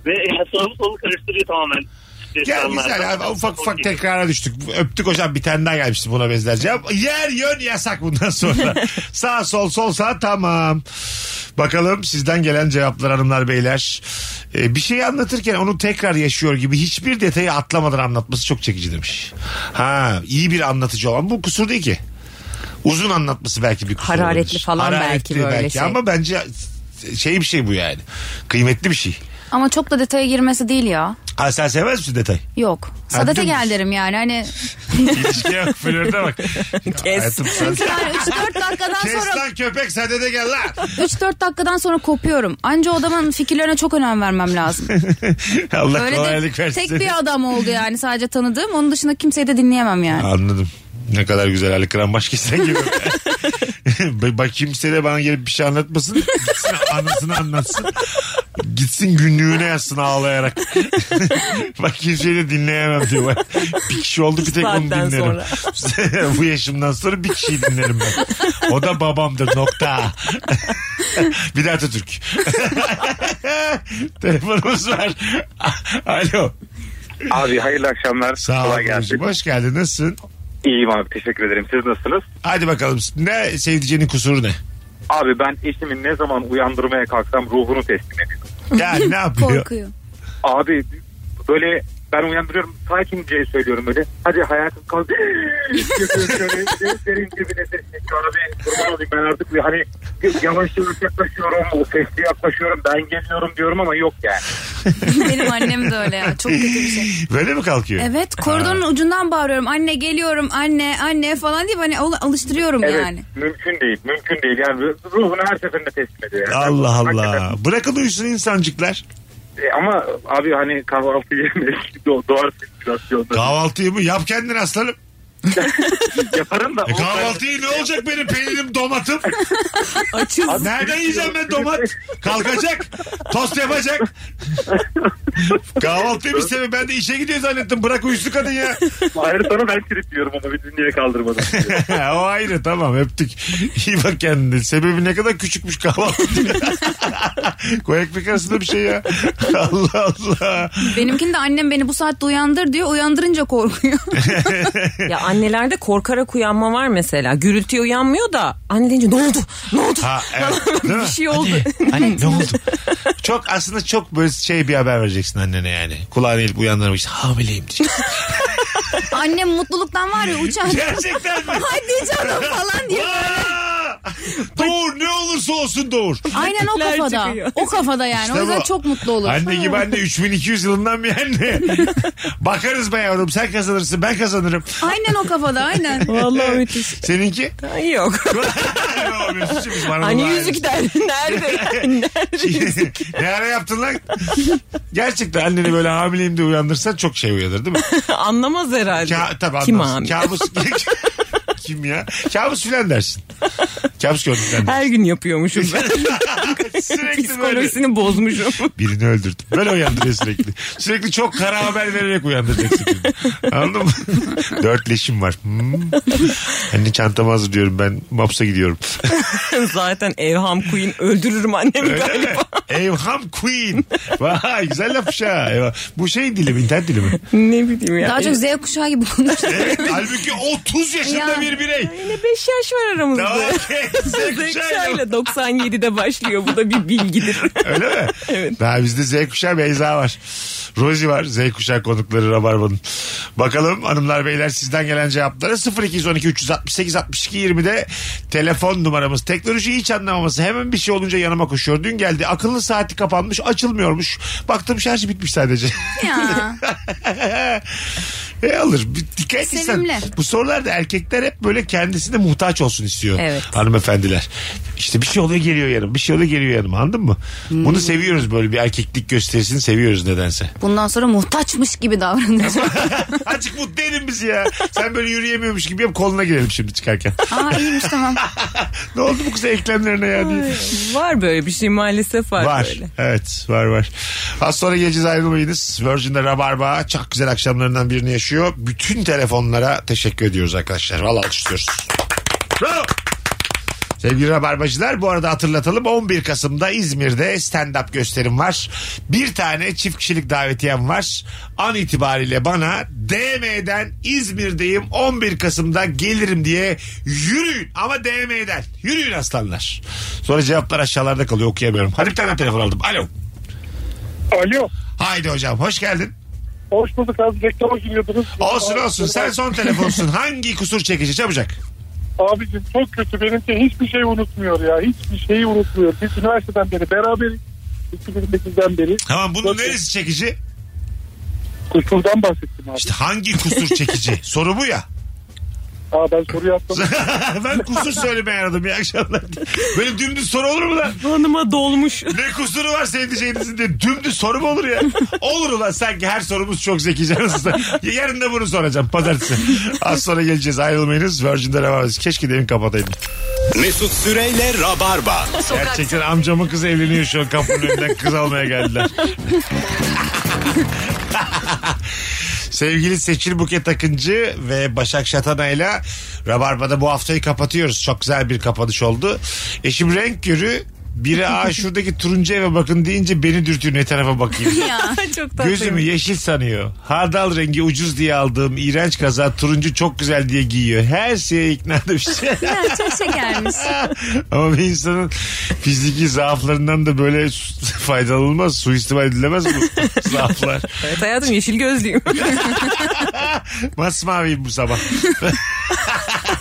[SPEAKER 11] ve e, sağımı solu karıştırıyor tamamen. stresli
[SPEAKER 3] Gel
[SPEAKER 11] anlarda.
[SPEAKER 3] güzel abi ufak ufak
[SPEAKER 11] Okey.
[SPEAKER 3] tekrara düştük. Öptük hocam bir tane daha gelmişti buna benzer cevap. Yer yön yasak bundan sonra. sağ sol sol sağ tamam. Bakalım sizden gelen cevaplar hanımlar beyler. Ee, bir şeyi anlatırken onu tekrar yaşıyor gibi hiçbir detayı atlamadan anlatması çok çekici demiş. Ha iyi bir anlatıcı olan bu kusur değil ki. Uzun anlatması belki bir kusur
[SPEAKER 5] Hararetli
[SPEAKER 3] olabilir.
[SPEAKER 5] falan belki böyle şey.
[SPEAKER 3] Ama bence şey bir şey bu yani. Kıymetli bir şey.
[SPEAKER 4] Ama çok da detaya girmesi değil ya.
[SPEAKER 3] Ha, sen sevmez misin detay?
[SPEAKER 4] Yok. Sadete
[SPEAKER 3] dümdüz.
[SPEAKER 4] gel derim yani. Hani
[SPEAKER 3] İlişkiye bak, şey flörte bak. Kes. Hayatım sen...
[SPEAKER 4] yani 3-4 dakikadan
[SPEAKER 3] Kes
[SPEAKER 4] sonra
[SPEAKER 3] lan köpek sade de gel lan.
[SPEAKER 4] 3-4 dakikadan sonra kopuyorum. Anca o adamın fikirlerine çok önem vermem lazım.
[SPEAKER 3] Allah
[SPEAKER 4] Öyle de
[SPEAKER 3] kolaylık versin.
[SPEAKER 4] tek bir adam oldu yani sadece tanıdığım. Onun dışında kimseyi de dinleyemem yani.
[SPEAKER 3] Anladım. Ne kadar güzel Ali Kıran başkesen gibi. Ba- Bak kimse de bana gelip bir şey anlatmasın. Gitsin anasını anlatsın. Gitsin günlüğüne yazsın ağlayarak. Bak kimseyi de dinleyemem diyor. Bak, bir kişi oldu bir tek onu
[SPEAKER 5] Saatten
[SPEAKER 3] dinlerim. Bu yaşımdan sonra bir kişiyi dinlerim ben. O da babamdır nokta. bir de Atatürk. Telefonumuz var. Alo.
[SPEAKER 19] Abi hayırlı akşamlar.
[SPEAKER 3] Sağ ol.
[SPEAKER 19] Kolay gelsin.
[SPEAKER 3] Burcu'cum. Hoş geldin. Nasılsın?
[SPEAKER 19] İyiyim abi teşekkür ederim. Siz nasılsınız?
[SPEAKER 3] Hadi bakalım. Ne sevdicenin kusuru ne?
[SPEAKER 19] Abi ben eşimi ne zaman uyandırmaya kalksam ruhunu teslim ediyorum.
[SPEAKER 3] Ya ne yapıyor?
[SPEAKER 19] Abi böyle ben uyandırıyorum sakince söylüyorum böyle. Hadi hayatım kalk. Yapıyorum şöyle gözlerin dibine sesini. Abi kurban olayım ben artık bir hani yavaş yavaş yaklaşıyorum. O sesli yaklaşıyorum. Ben geliyorum diyorum ama yok yani.
[SPEAKER 4] Benim annem de öyle ya. Çok kötü bir şey.
[SPEAKER 3] Böyle mi kalkıyor?
[SPEAKER 4] Evet koridorun ucundan bağırıyorum. Anne geliyorum anne anne falan diye hani al- alıştırıyorum
[SPEAKER 19] Evet
[SPEAKER 4] yani.
[SPEAKER 19] mümkün değil mümkün değil yani ruhunu her seferinde teslim ediyor. Yani.
[SPEAKER 3] Allah Allah. Bırakın uyusun insancıklar.
[SPEAKER 19] E, ama abi hani kahvaltı yemek doğ- doğar sirkülasyonda.
[SPEAKER 3] Kahvaltıyı mı? Yap kendin aslanım.
[SPEAKER 19] Yaparım da.
[SPEAKER 3] E kahvaltıyı ne olacak benim peynirim domatım?
[SPEAKER 5] Açız.
[SPEAKER 3] Nereden yiyeceğim ben domat? Kalkacak. Tost yapacak. Kahvaltıyı bir sebebi. Ben de işe gidiyor zannettim. Bırak uyusun kadın ya.
[SPEAKER 19] Hayır sonra ben trip yiyorum ama bir niye kaldırmadan.
[SPEAKER 3] o ayrı tamam öptük. İyi bak kendine. Sebebi ne kadar küçükmüş kahvaltı. Koy ekmek arasında bir şey ya. Allah Allah.
[SPEAKER 4] Benimkini de annem beni bu saatte uyandır diyor. Uyandırınca korkuyor.
[SPEAKER 5] ya annelerde korkarak uyanma var mesela. Gürültüye uyanmıyor da anne deyince ne oldu? Ne oldu?
[SPEAKER 3] Ha, evet. Değil mi?
[SPEAKER 5] bir şey oldu.
[SPEAKER 3] Anne ne oldu? Çok aslında çok böyle şey bir haber vereceksin annene yani. Kulağını eğip uyandırmayacaksın. Hamileyim diyeceksin.
[SPEAKER 4] annem mutluluktan var ya uçar.
[SPEAKER 3] Gerçekten mi?
[SPEAKER 4] Hadi canım falan diye.
[SPEAKER 3] Aa! doğur ne olursa olsun doğur.
[SPEAKER 4] Aynen o
[SPEAKER 5] Ler
[SPEAKER 4] kafada.
[SPEAKER 5] çıkıyor.
[SPEAKER 4] O kafada yani.
[SPEAKER 3] İşte
[SPEAKER 4] o yüzden
[SPEAKER 3] bu.
[SPEAKER 4] çok mutlu olur.
[SPEAKER 3] Anne gibi anne 3200 yılından bir anne. Bakarız be yavrum sen kazanırsın ben kazanırım.
[SPEAKER 4] Aynen o kafada aynen.
[SPEAKER 5] Vallahi müthiş.
[SPEAKER 3] Seninki?
[SPEAKER 5] Ay, Yok.
[SPEAKER 3] Yo, Mesut'cum, biz var
[SPEAKER 5] Hani
[SPEAKER 3] Anadolu
[SPEAKER 5] yüzük
[SPEAKER 3] ailesi.
[SPEAKER 5] der. Nerede? Nerede yüzük?
[SPEAKER 3] ne ara yaptın lan? Gerçekten anneni böyle hamileyim diye uyandırsan çok şey uyanır değil mi?
[SPEAKER 5] Anlamaz herhalde.
[SPEAKER 3] Ka tabii
[SPEAKER 5] Kim
[SPEAKER 3] anlarsın.
[SPEAKER 5] hamile?
[SPEAKER 3] Kabus. Kim ya? Kabus filan dersin. Kabus gördüm ben.
[SPEAKER 5] Her gün yapıyormuşum ben.
[SPEAKER 3] de. Sürekli böyle.
[SPEAKER 5] Psikolojisini bozmuşum.
[SPEAKER 3] Birini öldürdüm. Böyle uyandırıyor sürekli. Sürekli çok kara haber vererek uyandıracaksın. birini. Anladın mı? Dört leşim var. Hmm. Anne çantamı hazırlıyorum ben. Maps'a gidiyorum.
[SPEAKER 5] Zaten Evham Queen öldürürüm annemi
[SPEAKER 3] Öyle mi?
[SPEAKER 5] galiba.
[SPEAKER 3] Evham Queen. Vay güzel lafmış ha. Eyvah. Bu şey dili mi? internet dili mi?
[SPEAKER 5] Ne bileyim ya.
[SPEAKER 4] Daha çok Z kuşağı gibi konuşuyor.
[SPEAKER 3] Evet. Halbuki 30 yaşında
[SPEAKER 4] Ya.
[SPEAKER 3] bir birey.
[SPEAKER 5] Yine 5 yaş var aramızda.
[SPEAKER 3] Tamam. Z
[SPEAKER 5] Z
[SPEAKER 3] kuşağıyla.
[SPEAKER 5] kuşağıyla 97'de başlıyor. Bu da bir bilgidir.
[SPEAKER 3] Öyle mi?
[SPEAKER 5] Evet.
[SPEAKER 3] Daha bizde Z kuşağı Beyza var. Rozi var. Z kuşağı konukları Rabarba'nın. Bakalım hanımlar beyler sizden gelen cevaplara 0212 368 62 20'de telefon numaramız. Teknolojiyi hiç anlamaması. Hemen bir şey olunca yanıma koşuyor. Dün geldi akıllı saati kapanmış açılmıyormuş. Baktım şarjı bitmiş sadece.
[SPEAKER 4] ya.
[SPEAKER 3] E alır. Bir Dikkat etsen.
[SPEAKER 4] Sevimli.
[SPEAKER 3] Bu sorularda erkekler hep böyle kendisine muhtaç olsun istiyor.
[SPEAKER 4] Evet.
[SPEAKER 3] Hanımefendiler. İşte bir şey oluyor geliyor yanıma. Bir şey oluyor geliyor yanıma. Anladın mı?
[SPEAKER 4] Hmm.
[SPEAKER 3] Bunu seviyoruz böyle bir erkeklik gösterisini seviyoruz nedense.
[SPEAKER 4] Bundan sonra muhtaçmış gibi davranacağım.
[SPEAKER 3] Azıcık mutlu edin bizi ya. Sen böyle yürüyemiyormuş gibi yap koluna girelim şimdi çıkarken.
[SPEAKER 4] Aa iyiymiş tamam.
[SPEAKER 3] ne oldu bu kıza eklemlerine ya diye.
[SPEAKER 5] Var böyle bir şey maalesef var,
[SPEAKER 3] Var.
[SPEAKER 5] böyle.
[SPEAKER 3] Evet var var. Az sonra geleceğiz ayrılmayınız. Virgin'de Rabarba çok güzel akşamlarından birini yaşıyor. Bütün telefonlara teşekkür ediyoruz arkadaşlar. Valla alıştırıyoruz. Bravo. Sevgili Rabarbacılar bu arada hatırlatalım 11 Kasım'da İzmir'de stand-up gösterim var. Bir tane çift kişilik davetiyem var. An itibariyle bana DM'den İzmir'deyim 11 Kasım'da gelirim diye yürüyün ama DM'den yürüyün aslanlar. Sonra cevaplar aşağılarda kalıyor okuyamıyorum. Hadi bir tane telefon aldım. Alo.
[SPEAKER 19] Alo.
[SPEAKER 3] Haydi hocam hoş geldin.
[SPEAKER 19] Hoş bulduk az reklama giriyordunuz.
[SPEAKER 3] Olsun olsun sen son telefonsun. Hangi kusur çekici çabucak?
[SPEAKER 19] Abicim çok kötü. Benimki hiçbir şey unutmuyor ya. Hiçbir şeyi unutmuyor. Biz üniversiteden beri beraberiz. 2008'den beri.
[SPEAKER 3] Tamam bunun neresi çekici?
[SPEAKER 19] Kusurdan bahsettim abi.
[SPEAKER 3] İşte hangi kusur çekici? Soru bu ya.
[SPEAKER 19] Aa ben soruyu attım.
[SPEAKER 3] ben kusur söylemeye aradım iyi akşamlar. diye. Böyle dümdüz soru olur mu lan?
[SPEAKER 5] Hanıma dolmuş.
[SPEAKER 3] Ne kusuru var senin diyeceğinizin diye dümdüz soru mu olur ya? Olur ulan sanki her sorumuz çok zekice aslında. Yarın da bunu soracağım pazartesi. Az sonra geleceğiz ayrılmayınız. Virgin'de Rabarba'dayız. Keşke demin kapataydım.
[SPEAKER 2] Mesut Süreyle Rabarba.
[SPEAKER 3] Gerçekten amcamın kızı evleniyor şu an kapının önünden kız almaya geldiler. Sevgili Seçil Buket Akıncı ve Başak Şatana'yla Rabarba'da bu haftayı kapatıyoruz. Çok güzel bir kapanış oldu. Eşim renk görü biri aa şuradaki turuncu eve bakın deyince beni dürtüyor ne tarafa bakayım.
[SPEAKER 5] Çok tatlı.
[SPEAKER 3] Gözümü yeşil sanıyor. Hardal rengi ucuz diye aldığım iğrenç kaza turuncu çok güzel diye giyiyor. Her şeye ikna etmiş.
[SPEAKER 4] Ya, çok şekermiş.
[SPEAKER 3] Ama bir insanın fiziki zaaflarından da böyle su- faydalanılmaz, suistimal edilemez bu zaaflar.
[SPEAKER 5] Evet hayatım yeşil gözlüyüm.
[SPEAKER 3] Masmaviyim bu sabah.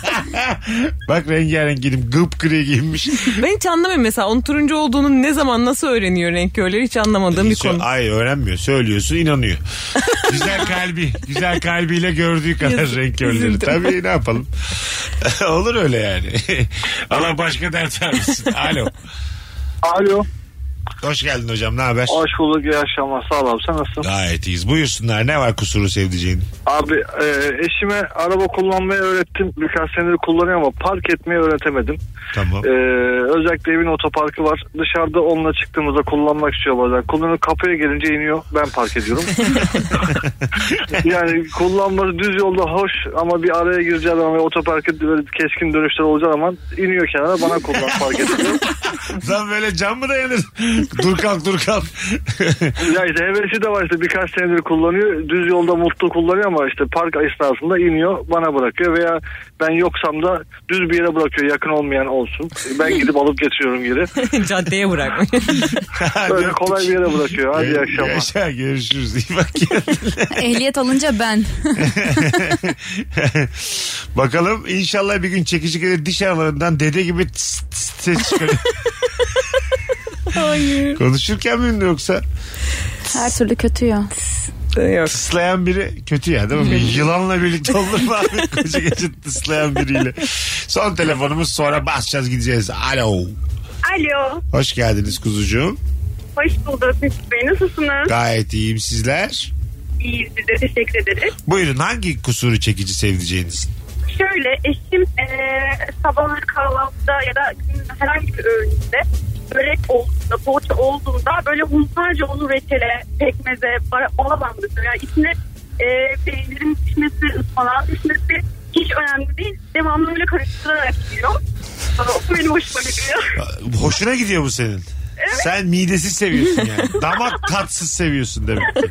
[SPEAKER 3] Bak rengarenk giydim. Gıp gri giyinmiş.
[SPEAKER 5] ben hiç anlamıyorum mesela onun turuncu olduğunu ne zaman nasıl öğreniyor renk körleri hiç anlamadığım bir
[SPEAKER 3] Hiç-
[SPEAKER 5] konu.
[SPEAKER 3] Ay öğrenmiyor. Söylüyorsun inanıyor. güzel kalbi. Güzel kalbiyle gördüğü kadar
[SPEAKER 5] Yazık,
[SPEAKER 3] renk körleri.
[SPEAKER 5] üzüldüm.
[SPEAKER 3] Tabii ne yapalım. Olur öyle yani. Allah başka dert vermesin. Alo.
[SPEAKER 19] Alo.
[SPEAKER 3] Hoş geldin hocam. Ne haber?
[SPEAKER 19] Hoş bulduk. iyi akşamlar. Sağ ol abi. Sen nasılsın?
[SPEAKER 3] Gayet iyiyiz. Buyursunlar. Ne var kusuru sevdiceğin?
[SPEAKER 19] Abi e, eşime araba kullanmayı öğrettim. Birkaç senedir kullanıyor ama park etmeyi öğretemedim.
[SPEAKER 3] Tamam.
[SPEAKER 19] E, özellikle evin otoparkı var. Dışarıda onunla çıktığımızda kullanmak istiyor bazen. Kullanıyor kapıya gelince iniyor. Ben park ediyorum. yani kullanması düz yolda hoş ama bir araya gireceği zaman ve otoparkı böyle keskin dönüşler olacağı zaman iniyor kenara bana kullan park ediyor.
[SPEAKER 3] Sen böyle can mı dayanır? dur kalk dur kalk.
[SPEAKER 19] ya işte hevesi de var işte birkaç senedir kullanıyor. Düz yolda mutlu kullanıyor ama işte park esnasında iniyor bana bırakıyor veya ben yoksam da düz bir yere bırakıyor yakın olmayan olsun. Ben gidip alıp getiriyorum geri.
[SPEAKER 5] Caddeye bırakmış.
[SPEAKER 19] Böyle kolay bir yere bırakıyor. Hadi iyi akşamlar.
[SPEAKER 3] Yaşa görüşürüz. İyi bak kendine.
[SPEAKER 4] Ehliyet alınca ben.
[SPEAKER 3] Bakalım inşallah bir gün çekici gelir diş aralarından dede gibi tıs tıs ses çıkarıyor.
[SPEAKER 5] Hayır.
[SPEAKER 3] Konuşurken mi ünlü yoksa?
[SPEAKER 4] Her türlü kötü ya.
[SPEAKER 5] Yok.
[SPEAKER 3] Tıslayan biri kötü ya değil mi? Bir yılanla birlikte olur mu abi? Koca gece tıslayan biriyle. Son telefonumuz sonra basacağız gideceğiz. Alo.
[SPEAKER 12] Alo.
[SPEAKER 3] Hoş geldiniz kuzucuğum.
[SPEAKER 12] Hoş bulduk Mesut Bey. Nasılsınız?
[SPEAKER 3] Gayet iyiyim sizler.
[SPEAKER 12] İyiyiz biz de teşekkür ederiz.
[SPEAKER 3] Buyurun hangi kusuru çekici sevdiceğiniz?
[SPEAKER 12] Şöyle eşim eee sabahları kahvaltıda ya da günün herhangi bir öğünde börek olduğunda, poğaça olduğunda böyle hunharca onu reçele, pekmeze, bara- ona bandırıyor. Yani içine eee peynirin pişmesi, ıspanağın pişmesi hiç önemli değil. Devamlı böyle karıştırarak yiyor. Sonra O benim hoşuma gidiyor.
[SPEAKER 3] Hoşuna gidiyor bu senin. Sen midesiz seviyorsun yani. Damak tatsız seviyorsun demek ki.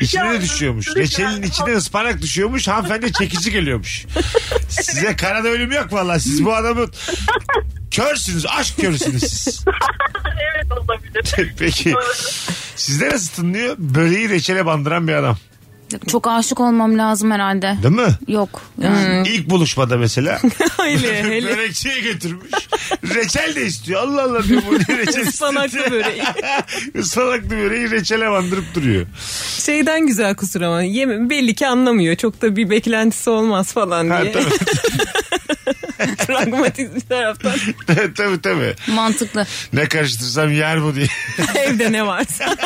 [SPEAKER 3] İçine de düşüyormuş. Reçelin içine ıspanak düşüyormuş. Hanımefendi çekici geliyormuş. Size karada ölüm yok vallahi. Siz bu adamı körsünüz. Aşk körsünüz siz.
[SPEAKER 12] evet olabilir.
[SPEAKER 3] Peki. Sizde nasıl tınlıyor? Böreği reçele bandıran bir adam.
[SPEAKER 4] Çok aşık olmam lazım herhalde.
[SPEAKER 3] Değil mi?
[SPEAKER 4] Yok.
[SPEAKER 12] Hmm.
[SPEAKER 4] Yani.
[SPEAKER 3] İlk buluşmada mesela.
[SPEAKER 5] Hele, Ee, hele.
[SPEAKER 3] Börekçiye götürmüş. Reçel de istiyor. Allah Allah diyor bu ne reçel
[SPEAKER 5] Ispanaklı böreği.
[SPEAKER 3] Ispanaklı böreği reçele bandırıp duruyor.
[SPEAKER 5] Şeyden güzel kusur ama yeme, belli ki anlamıyor. Çok da bir beklentisi olmaz falan diye. Pragmatizm bir taraftan.
[SPEAKER 3] tabii tabii.
[SPEAKER 4] Hmm. Mantıklı.
[SPEAKER 3] Ne karıştırsam yer bu diye.
[SPEAKER 5] Evde ne varsa.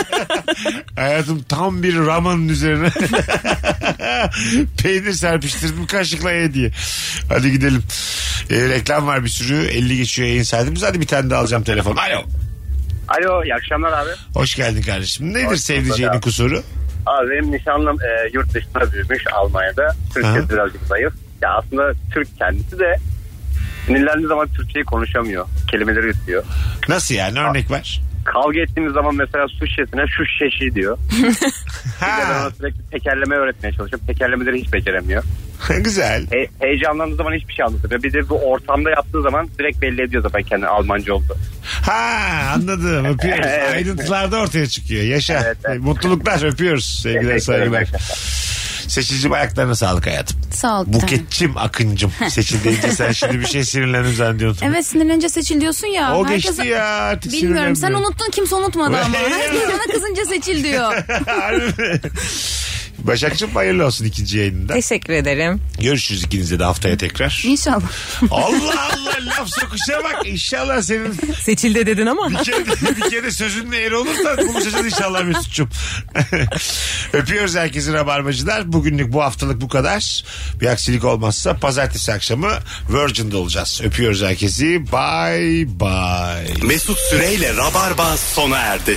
[SPEAKER 3] Hayatım tam bir ramanın üzerine peynir serpiştirdim kaşıkla ye diye. Hadi gidelim. Ee, reklam var bir sürü. 50 geçiyor yayın saatimiz. Hadi bir tane daha alacağım telefon. Alo.
[SPEAKER 11] Alo iyi akşamlar abi.
[SPEAKER 3] Hoş geldin kardeşim. Nedir
[SPEAKER 11] bulduk
[SPEAKER 3] sevdiceğinin
[SPEAKER 11] abi.
[SPEAKER 3] kusuru?
[SPEAKER 11] Abi benim nişanlım e, yurt dışında büyümüş Almanya'da.
[SPEAKER 3] Aha.
[SPEAKER 11] Türkçe birazcık zayıf. Ya aslında Türk kendisi de sinirlendiği zaman Türkçeyi konuşamıyor. Kelimeleri yutuyor.
[SPEAKER 3] Nasıl yani örnek ver.
[SPEAKER 11] Kavga ettiğimiz zaman mesela su şişesine şu şişeşi diyor. Bir de ben ona sürekli tekerleme öğretmeye çalışıyorum. Tekerlemeleri hiç beceremiyor.
[SPEAKER 3] Güzel.
[SPEAKER 11] He, heyecanlandığı zaman hiçbir şey anlatamıyor. Bir de bu ortamda yaptığı zaman direkt belli ediyor zaten kendi Almanca oldu.
[SPEAKER 3] Ha anladım öpüyoruz.
[SPEAKER 11] Evet.
[SPEAKER 3] Ayrıntılarda ortaya çıkıyor. Yaşa. Mutluluklar öpüyoruz. Sevgiler
[SPEAKER 11] Teşekkür
[SPEAKER 3] saygılar.
[SPEAKER 11] ederim.
[SPEAKER 3] Seçicim ayaklarına sağlık hayatım.
[SPEAKER 4] Sağ ol. bir tane.
[SPEAKER 3] Buketçim Akıncım. Seçil deyince sen şimdi bir şey sinirlendim zannediyorsun.
[SPEAKER 4] Evet sinirlenince seçil diyorsun ya.
[SPEAKER 3] O geçti ya, artık
[SPEAKER 4] Bilmiyorum sen
[SPEAKER 3] sinirlenmiyorum.
[SPEAKER 4] unuttun kimse unutmadı ama.
[SPEAKER 3] Eyvah.
[SPEAKER 4] Herkes sana kızınca seçil diyor.
[SPEAKER 3] Başakçım hayırlı olsun ikinci yayında.
[SPEAKER 5] Teşekkür ederim.
[SPEAKER 3] Görüşürüz ikinize de haftaya tekrar.
[SPEAKER 4] İnşallah.
[SPEAKER 3] Allah Allah laf sokuşa bak. İnşallah senin
[SPEAKER 5] Seçilde dedin ama.
[SPEAKER 3] bir kere, bir kere sözünle eri olursa konuşacağız inşallah Mesut'cum. Öpüyoruz herkesi rabarbacılar. Bugünlük bu haftalık bu kadar. Bir aksilik olmazsa pazartesi akşamı Virgin'de olacağız. Öpüyoruz herkesi. Bye bye.
[SPEAKER 20] Mesut Süreyle Rabarba sona erdi.